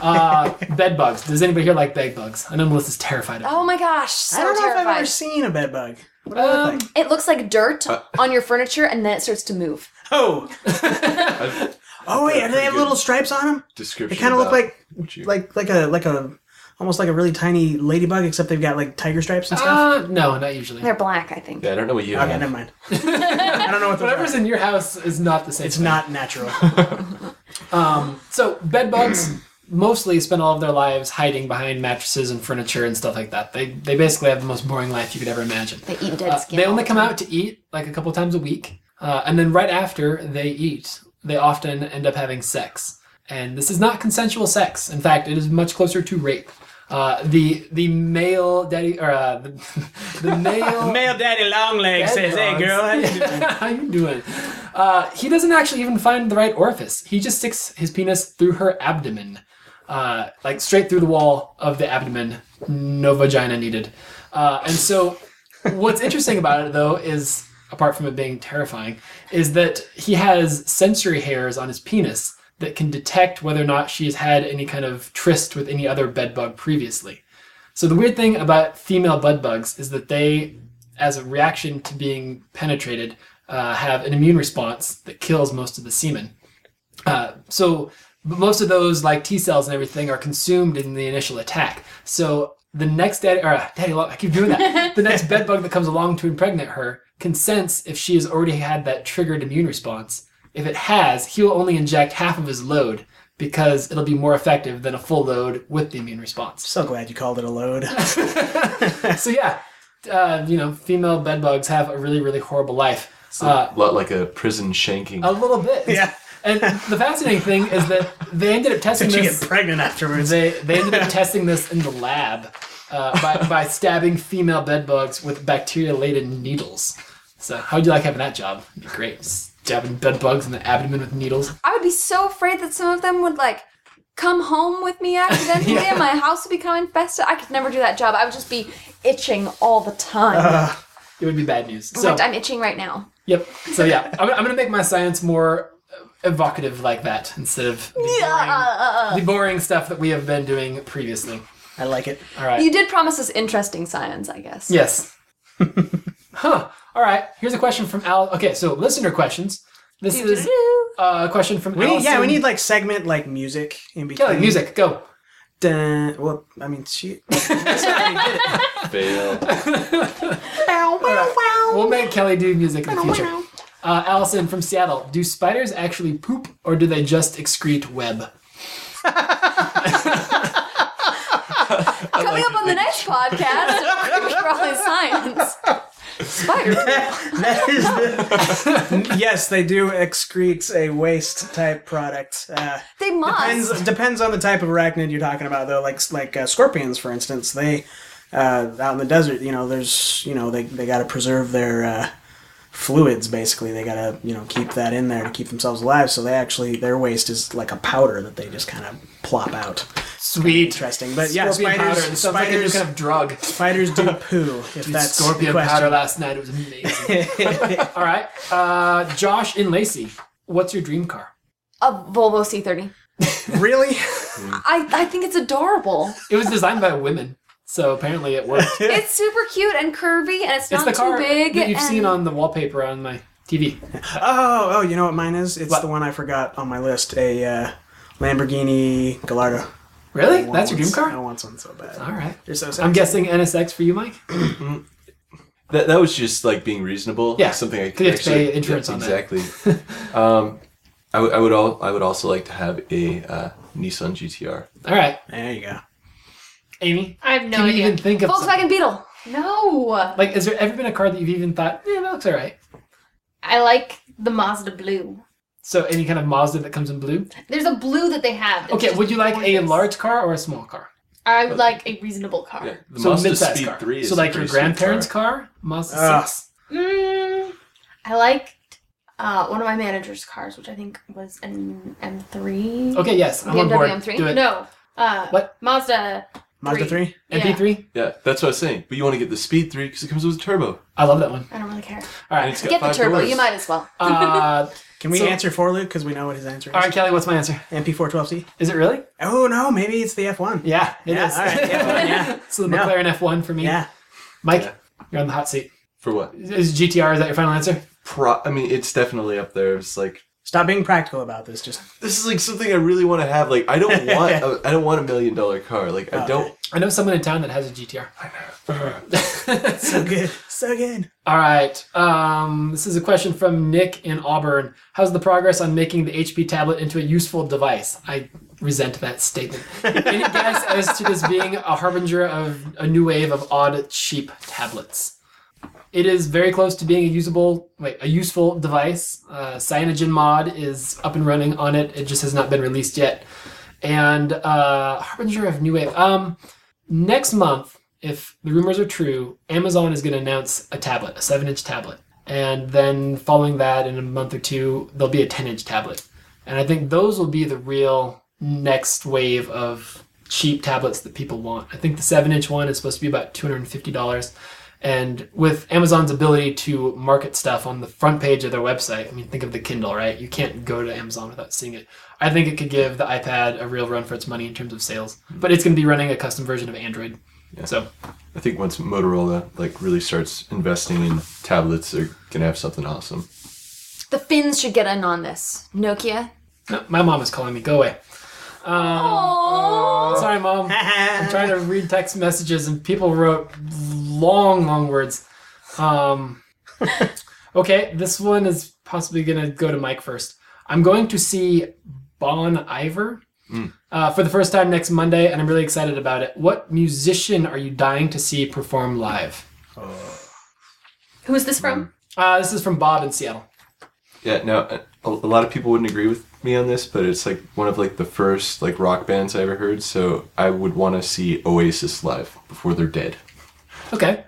Uh, bed bugs. Does anybody here like bed bugs? I know Melissa's terrified of. Oh my gosh, so I don't know if I've terrified. ever seen a bed bug. What Oh, do I Um, look like? it looks like dirt Uh, on your furniture, and then it starts to move. Oh, I've oh wait, do they have Pretty good. little stripes on them? They description. kind of look about like what you- like like a like a almost like a really tiny ladybug, except they've got like tiger stripes and stuff. Uh, no, not usually. They're black, I think. Yeah, I don't know what you okay, have. never mind. I don't know what those Whatever's are. in your house is not the same. It's thing. not natural. Um, so bed bugs mostly spend all of their lives hiding behind mattresses and furniture and stuff like that. They they basically have the most boring life you could ever imagine. They eat dead Uh, skin. they all only the come time. out to eat like a couple times a week, uh, and then right after they eat, they often end up having sex. And this is not consensual sex. In fact, it is much closer to rape. Uh, the the male daddy or uh, the, the male Male daddy long Bed legs says, "Hey bugs." girl, how you doing?" Yeah, how you doing? Uh, he doesn't actually even find the right orifice. He just sticks his penis through her abdomen, uh, like straight through the wall of the abdomen. No vagina needed. Uh, and so, what's interesting about it though is, apart from it being terrifying, is that he has sensory hairs on his penis that can detect whether or not she has had any kind of tryst with any other bed bug previously. So the weird thing about female bed bugs is that they, as a reaction to being penetrated, uh, have an immune response that kills most of the semen. Uh, so but most of those, like T cells and everything, are consumed in the initial attack. So the next daddy, or uh, daddy, long- I keep doing that. the next bed bug that comes along to impregnate her can sense if she has already had that triggered immune response. If it has, he'll only inject half of his load because it'll be more effective than a full load with the immune response. So glad you called it a load. So yeah, uh, you know, female bed bugs have a really, really horrible life. Uh, a lot like a prison shanking. a little bit. Yeah. And the fascinating thing is that they ended up testing Did you get this. pregnant afterwards? They they ended up testing this in the lab uh, by by stabbing female bed bugs with bacteria laden needles. So how would you like having that job? It'd be great. Stabbing bed bugs in the abdomen with needles. I would be so afraid that some of them would like come home with me accidentally and my house would become infested. I could never do that job. I would just be itching all the time. It would be bad news. In Uh, So fact, I'm itching right now. yep. So yeah, I'm, I'm gonna make my science more evocative like that instead of the boring, the boring stuff that we have been doing previously. I like it. All right. You did promise us interesting science, I guess. Yes. huh. All right. Here's a question from Al. Okay, so listener questions. This is Doo-doo-doo. uh, a question from We need, yeah, Allison. we need like segment like music in Yeah, between. like music. Go. Dun, well, I mean, she. Fail. We'll make Kelly do music in the future. Uh, Allison from Seattle. Do spiders actually poop, or do they just excrete web? Oh, Coming up on the next podcast, of Crawley Science. Spider. that is the. yes, they do excrete a waste type product. Uh, They must. depends depends on the type of arachnid you're talking about though. Like like uh, scorpions, for instance, they uh, out in the desert. You know, there's you know they they got to preserve their uh, fluids. Basically, they got to you know keep that in there to keep themselves alive. So they actually their waste is like a powder that they just kind of plop out. Sweet. Interesting, but yeah, scorpion spiders powder. It sounds like a new spiders kind of drug. spiders do poo. If that's the scorpion question. powder last night. It was amazing. All right. Uh, Josh in Lacey. What's your dream car? A Volvo C30. Really? I, I think it's adorable. It was designed by women, so apparently it worked. It's super cute and curvy, and it's It's not the car too big. that you've and seen on the wallpaper on my TV. Oh, oh, you know what mine is? It's What? the one I forgot on my list. A uh, Lamborghini Gallardo. Really? I want That's your dream one- I car? want one so bad. All right. You're so I'm sexy. guessing NSX for you, Mike. That, that was just like being reasonable. Yeah. something I Could could you have to actually pay insurance yeah, on that? exactly. um, I, w- I would all I would also like to have a uh, Nissan GTR. All right, There you go. Amy. I have no can you idea. even think of something? Volkswagen Beetle. No, like? Has there ever been a car that you've even thought, yeah, that looks all right? I like the Mazda blue. So any kind of Mazda that comes in blue. There's a blue that they have. that's Okay, just would you like a gorgeous. large car or a small car? I would like a reasonable car. Yeah, the so Mazda mid-sized Speed car. 3 is so a like your pretty sweet grandparents' car, Mazda Ah. six. Mm, I liked uh, one of my manager's cars, which I think was an M3. Okay, yes, I'm on BMW board. M3? Do it. No. Uh, What? Mazda. Mazda Three. three. MP3. Yeah, that's what I was saying. But you want to get the Speed 3 because it comes with a turbo. I love that one. I don't really care. All And right. it's got Get the five turbo. doors. You might as well. Uh, Can we So- answer for Luke because we know what his answer is? all right, Kelly. What's my answer? MP412C. Is it really? Oh no, maybe it's the F1. Yeah, it is. Yeah, all right, yeah, yeah. so the No. McLaren F1 for me. Yeah. Mike, Yeah. you're on the hot seat. For what? Is GTR is that your final answer? Pro- I mean, it's definitely up there. It's like Stop being practical about this. Just this is like something I really want to have. Like I don't want a, I don't want a million dollar car. Like I don't. I know someone in town that has a GTR. so good, so good. All right. Um, this is a question from Nick in Auburn. How's the progress on making the HP tablet into a useful device? I resent that statement. Any guess as to this being a harbinger of a new wave of odd, cheap tablets? It is very close to being a usable, wait, a useful device. Uh, Cyanogen mod is up and running on it. It just has not been released yet. And uh, harbinger of new wave. Um, next month, if the rumors are true, Amazon is going to announce a tablet, a seven-inch tablet, and then following that, in a month or two, there'll be a ten-inch tablet, and I think those will be the real next wave of cheap tablets that people want. I think the seven-inch one is supposed to be about two hundred and fifty dollars. And with Amazon's ability to market stuff on the front page of their website, I mean, think of the Kindle, right? You can't go to Amazon without seeing it. I think it could give the iPad a real run for its money in terms of sales, but it's going to be running a custom version of Android. So, I think once Motorola like really starts investing in tablets, they're gonna have something awesome. The Finns should get in on this. Nokia. no, my mom is calling me. Go away. Oh. Sorry, mom. I'm trying to read text messages, and people wrote long, long words. Um, okay, this one is possibly going to go to Mike first. I'm going to see Bon Iver uh, for the first time next Monday, and I'm really excited about it. What musician are you dying to see perform live? Who is this from? Uh, this is from Bob in Seattle. Yeah. Now a, a lot of people wouldn't agree with me on this, but it's like one of like the first like rock bands I ever heard. So I would want to see Oasis live before they're dead. Okay.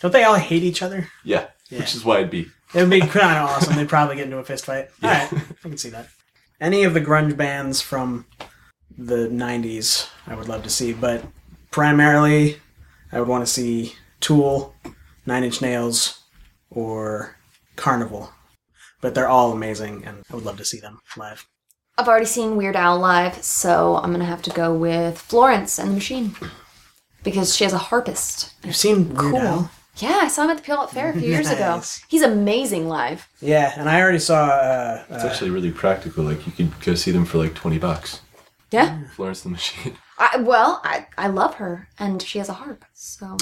Don't they all hate each other? Yeah. Which is why I'd be. It would be kind of awesome. They'd probably get into a fist fight. All right, I can see that. Any of the grunge bands from the '90s, I would love to see, but primarily, I would want to see Tool, Nine Inch Nails, or Carnival. But they're all amazing, and I would love to see them live. I've already seen Weird Al live, so I'm gonna have to go with Florence and the Machine because she has a harpist. You've seen Weird Al? Yeah, I saw him at the Puyallup Fair a few years ago. Nice. He's amazing live. Yeah, and I already saw. Uh, It's uh, actually really practical. Like you could go see them for like twenty bucks. Yeah. Mm. Florence the Machine. I, well, I, I love her, and she has a harp. So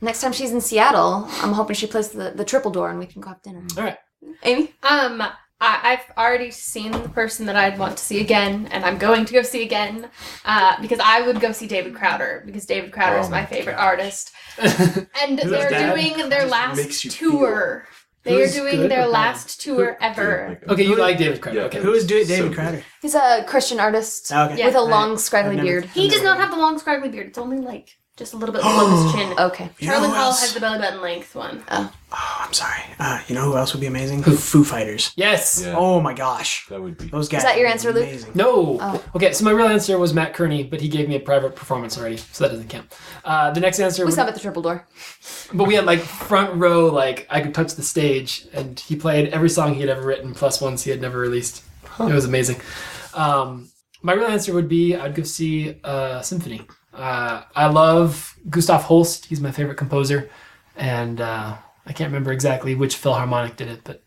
next time she's in Seattle, I'm hoping she plays the, the triple door and we can go have dinner. All right. Amy? Um, I, I've already seen the person that I'd want to see again, and I'm going to go see again uh, because I would go see David Crowder because David Crowder is Oh my my favorite artist, and Is that they're bad? doing their Just last makes you tour. They are Who's doing good or their bad? last tour ever. Like, Okay, you like David Crowder. Yeah. Okay. who is do it? David So good. Crowder. He's a Christian artist Oh, okay. with Yeah. a long, I've scraggly never- beard. He does not have the long scraggly beard. It's only like just a little bit below his chin. Okay. Charlie You know who Hall else- has the belly button length one. Oh, I'm sorry. Uh, you know who else would be amazing? Foo Fighters. Yes. Yeah. Oh my gosh, That would be. those guys. that your are answer, Luke? amazing. No. Oh. Okay, so my real answer was Matt Kearney, but he gave me a private performance already, so that doesn't count. Uh, the next answer We was, saw him at the triple door. but we had like front row, like I could touch the stage, and he played every song he had ever written plus ones he had never released. It was amazing. Um, my real answer would be I'd go see uh, symphony. Uh, I love Gustav Holst. He's my favorite composer, and uh, I can't remember exactly which Philharmonic did it, but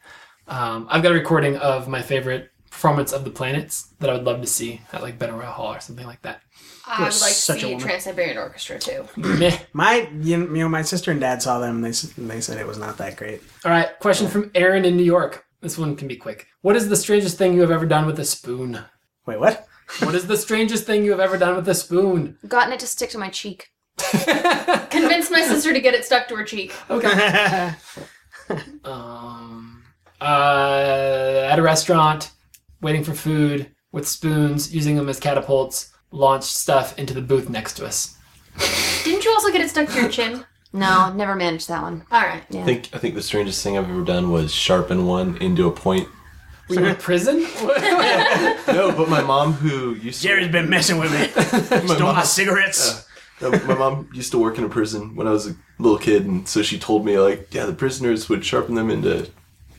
um, I've got a recording of my favorite performance of the planets that I would love to see at like Better Royal Hall or something like that. I would like to such a see woman. Trans Siberian Orchestra too. Meh. My, you know, my sister and dad saw them. And they s- and they said it was not that great. All right, question from Aaron in New York. This one can be quick. What is the strangest thing you have ever done with a spoon? Wait, what? What is the strangest thing you have ever done with a spoon? Gotten it to stick to my cheek. Convinced my sister to get it stuck to her cheek. Okay. Um, uh, at a restaurant, waiting for food with spoons, using them as catapults, launched stuff into the booth next to us. Didn't you also get it stuck to your chin? No, never managed that one. All right. I think I think the strangest thing I've ever done was sharpen one into a point. Were you in prison? No, but my mom who used to Jerry's been messing with me. my Stole mom, my Uh, cigarettes. no, my mom used to work in a prison when I was a little kid, and so she told me like, yeah, the prisoners would sharpen them into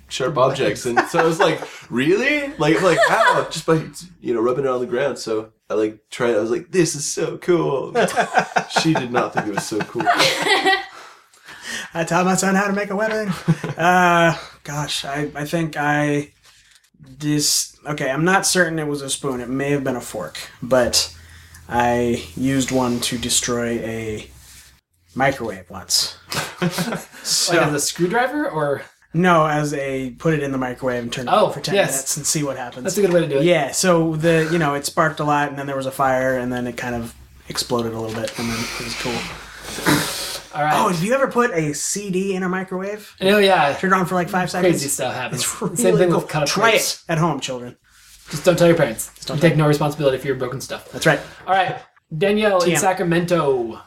sharp objects, and so I was like, really? Like like wow, just by you know rubbing it on the ground. So I like tried. it. I was like, this is so cool. she did not think it was so cool. I taught my son how to make a weapon. uh, gosh, I, I think I this okay. I'm not certain it was a spoon. It may have been a fork, but I used one to destroy a microwave once. Like so as a screwdriver, or no, as a put it in the microwave and turn it Oh, on for ten yes. minutes and see what happens. that's a good way to do it. Yeah, so the you know it sparked a lot, and then there was a fire, and then it kind of exploded a little bit, and then it was cool. All right. Oh, have you ever put a CD in a microwave? Oh yeah, Turn it on for like five seconds. crazy stuff happens. It's really Same thing cool. with cut up Try grapes. it at home, children. Just don't tell your parents. don't you take no responsibility for your broken stuff. That's right. All right, Danielle in TM. Sacramento.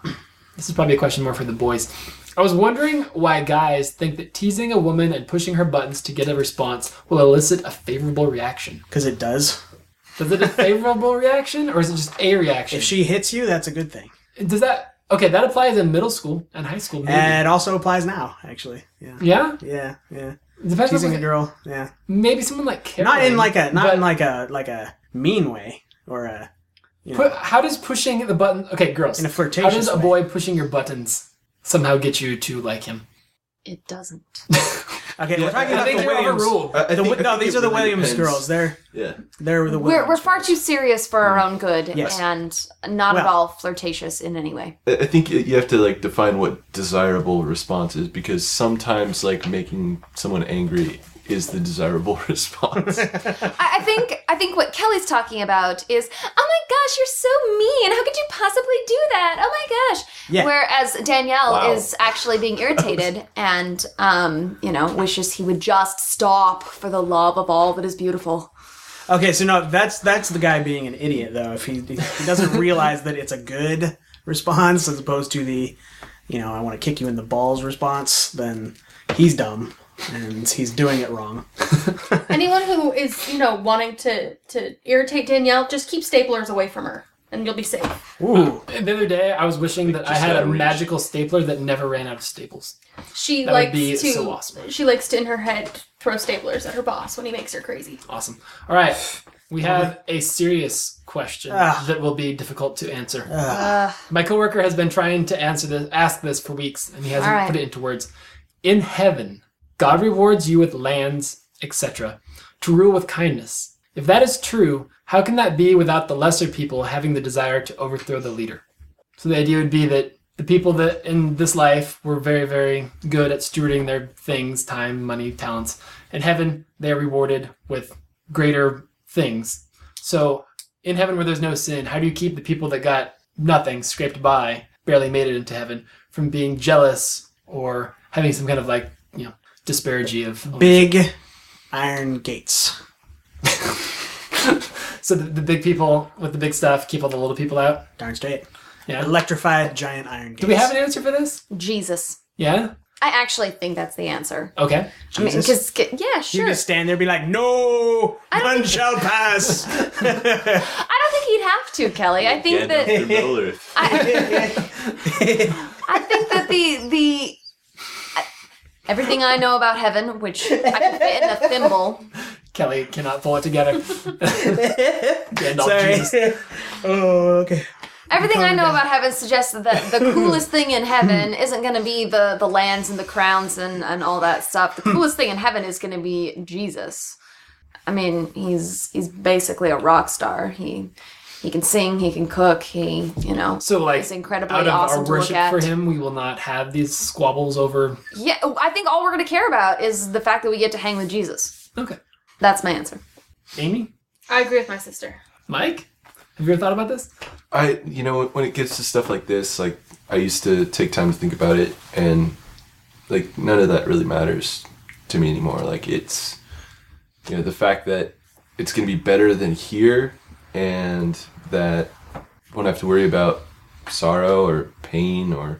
This is probably a question more for the boys. I was wondering why guys think that teasing a woman and pushing her buttons to get a response will elicit a favorable reaction. Because it does. Does it a favorable reaction or is it just a reaction? If she hits you, that's a good thing. Does that okay? That applies in middle school and high school. Maybe. And it also applies now, actually. Yeah. yeah, Yeah. Yeah. depends on Teasing a like, girl. Yeah. maybe someone like Caroline, Not in like a not but- in like a like a mean way or a Pu- how does pushing the button? Okay, girls. In a How does flirtatious a way. boy pushing your buttons somehow get you to like him? It doesn't. Okay, we're talking I about think the you're Williams. overruled. I- I The think- Wi- I no, think these it are the really Williams depends. girls. They're Yeah. they're the We're, Williams. we're far too serious for our own good Yes. and not at Well. all flirtatious in any way. I I think you have to like define what desirable response is because sometimes like making someone angry is the desirable response. I, I think I think what Kelly's talking about is, oh my gosh, you're so mean. How could you possibly do that? Oh my gosh. Yeah. Whereas Danielle Wow. is actually being irritated and um, you know, wishes he would just stop for the love of all that is beautiful. Okay, so no, that's that's the guy being an idiot though. If he, if he doesn't realize that it's a good response as opposed to the, you know, I want to kick you in the balls response, then he's dumb and he's doing it wrong. Anyone who is, you know, wanting to to irritate Danielle, just keep staplers away from her, and you'll be safe. Ooh, The other day, I was wishing that I just had out a of reach. magical stapler that never ran out of staples. She That would likes be to. so awesome. She likes to, in her head, throw staplers at her boss when he makes her crazy. Awesome. All right, we have a serious question Ah. that will be difficult to answer. Ah. Uh. My coworker has been trying to answer this, ask this for weeks, and he hasn't All right. put it into words. In heaven, God rewards you with lands, etc., to rule with kindness. If that is true, how can that be without the lesser people having the desire to overthrow the leader? So the idea would be that the people that in this life were very, very good at stewarding their things, time, money, talents. In heaven, they are rewarded with greater things. So in heaven where there's no sin, how do you keep the people that got nothing, scraped by, barely made it into heaven, from being jealous or having some kind of like, you know, disparity of big iron gates. so the, the big people with the big stuff keep all the little people out. Darn straight. Yeah. Electrified giant iron gates. Do we have an answer for this? Jesus. Yeah. I actually think that's the answer. Okay. I mean, Jesus? 'cause- yeah, You sure. just stand there and be like, no, none shall pass. I don't think he'd have to, Kelly. I think that Again, after Middle Earth. I think that the the everything I know about heaven, which I could fit in a thimble. Kelly cannot pull it together. Gandalf Jesus. Sorry. oh, okay. Everything I know about heaven suggests that the coolest thing in heaven isn't going to be the the lands and the crowns and and all that stuff. The coolest thing in heaven is going to be Jesus. I mean, he's he's basically a rock star. He he can sing, he can cook, he you know. So like It's incredibly out of awesome our to look worship at. for him, we will not have these squabbles over yeah, oh, I think all we're going to care about is the fact that we get to hang with Jesus. Okay. That's my answer. Amy? I agree with my sister. Mike? Have you ever thought about this? I, you know, when it gets to stuff like this, like I used to take time to think about it, and like none of that really matters to me anymore. Like it's, you know, the fact that it's going to be better than here, and that I won't have to worry about sorrow or pain, or I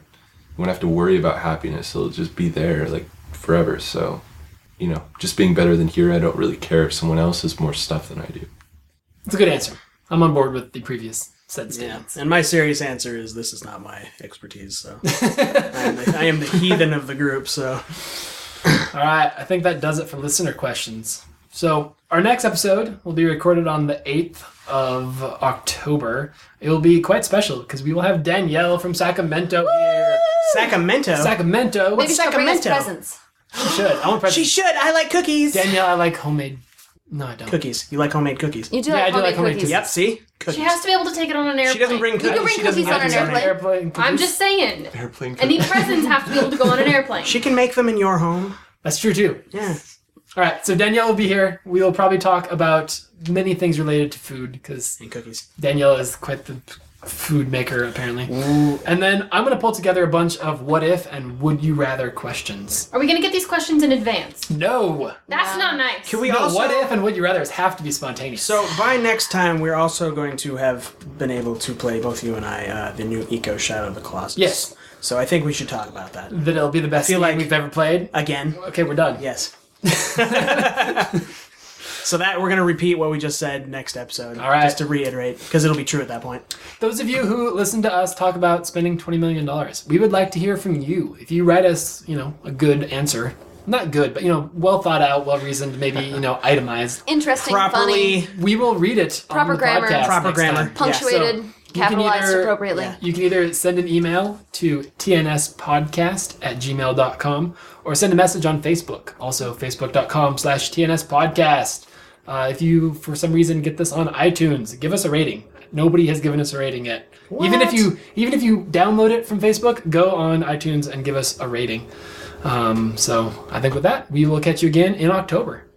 won't have to worry about happiness. It'll just be there, like forever. So, you know, just being better than here, I don't really care if someone else has more stuff than I do. It's a good answer. I'm on board with the previous said Yeah, statements. and my serious answer is this is not my expertise. So I, am the, I am the heathen of the group. So All right, I think that does it for listener questions. So our next episode will be recorded on the 8th of October. It will be quite special because we will have Danielle from Sacramento here. Sacramento. Sacramento. Maybe she'll bring us Sacramento. presents. She should. I want she presents. should. I like cookies. Danielle, I like homemade. No, I don't. cookies. You like homemade cookies. You do Yeah, like I do homemade like homemade cookies. Yep. See, cookies. She has to be able to take it on an airplane. She doesn't bring cookies. can bring she doesn't cookies on have an to bring- airplane. Airplane. I'm just saying. Airplane. And these presents have to be able to go on an airplane. She can make them in your home. That's true too. Yeah. All right, so Danielle will be here. We will probably talk about many things related to food because And cookies. Danielle is quite the food maker, apparently. Ooh. And then I'm going to pull together a bunch of what if and would you rather questions. Are we gonna get these questions in advance? No! That's not nice. Can we No, also? what if and would you rathers have to be spontaneous. So by next time, we're also going to have been able to play both you and I uh, the new Eco Shadow of the Colossus. Yes. So I think we should talk about that that it'll be the best feel game like- we've ever played. again. Okay, we're done. Yes. so that we're gonna repeat what we just said next episode. All right. Just to reiterate, because it'll be true at that point. Those of you who listen to us talk about spending $20 million, we would like to hear from you. If you write us, you know, a good answer, not good, but, you know, well thought out, well reasoned, maybe, you know, itemized, Interesting, Properly. funny, we will read it. Proper on the grammar. podcast Proper next grammar. time. punctuated, so you can capitalized either- appropriately. yeah. You can either send an email to tnspodcast at gmail.com or send a message on Facebook, also facebook.com slash tnspodcast. Uh, if you, for some reason, get this on iTunes, give us a rating. Nobody has given us a rating yet. Even if What? you even if you download it from Facebook, go on iTunes and give us a rating. Um, so I think with that, we will catch you again in October.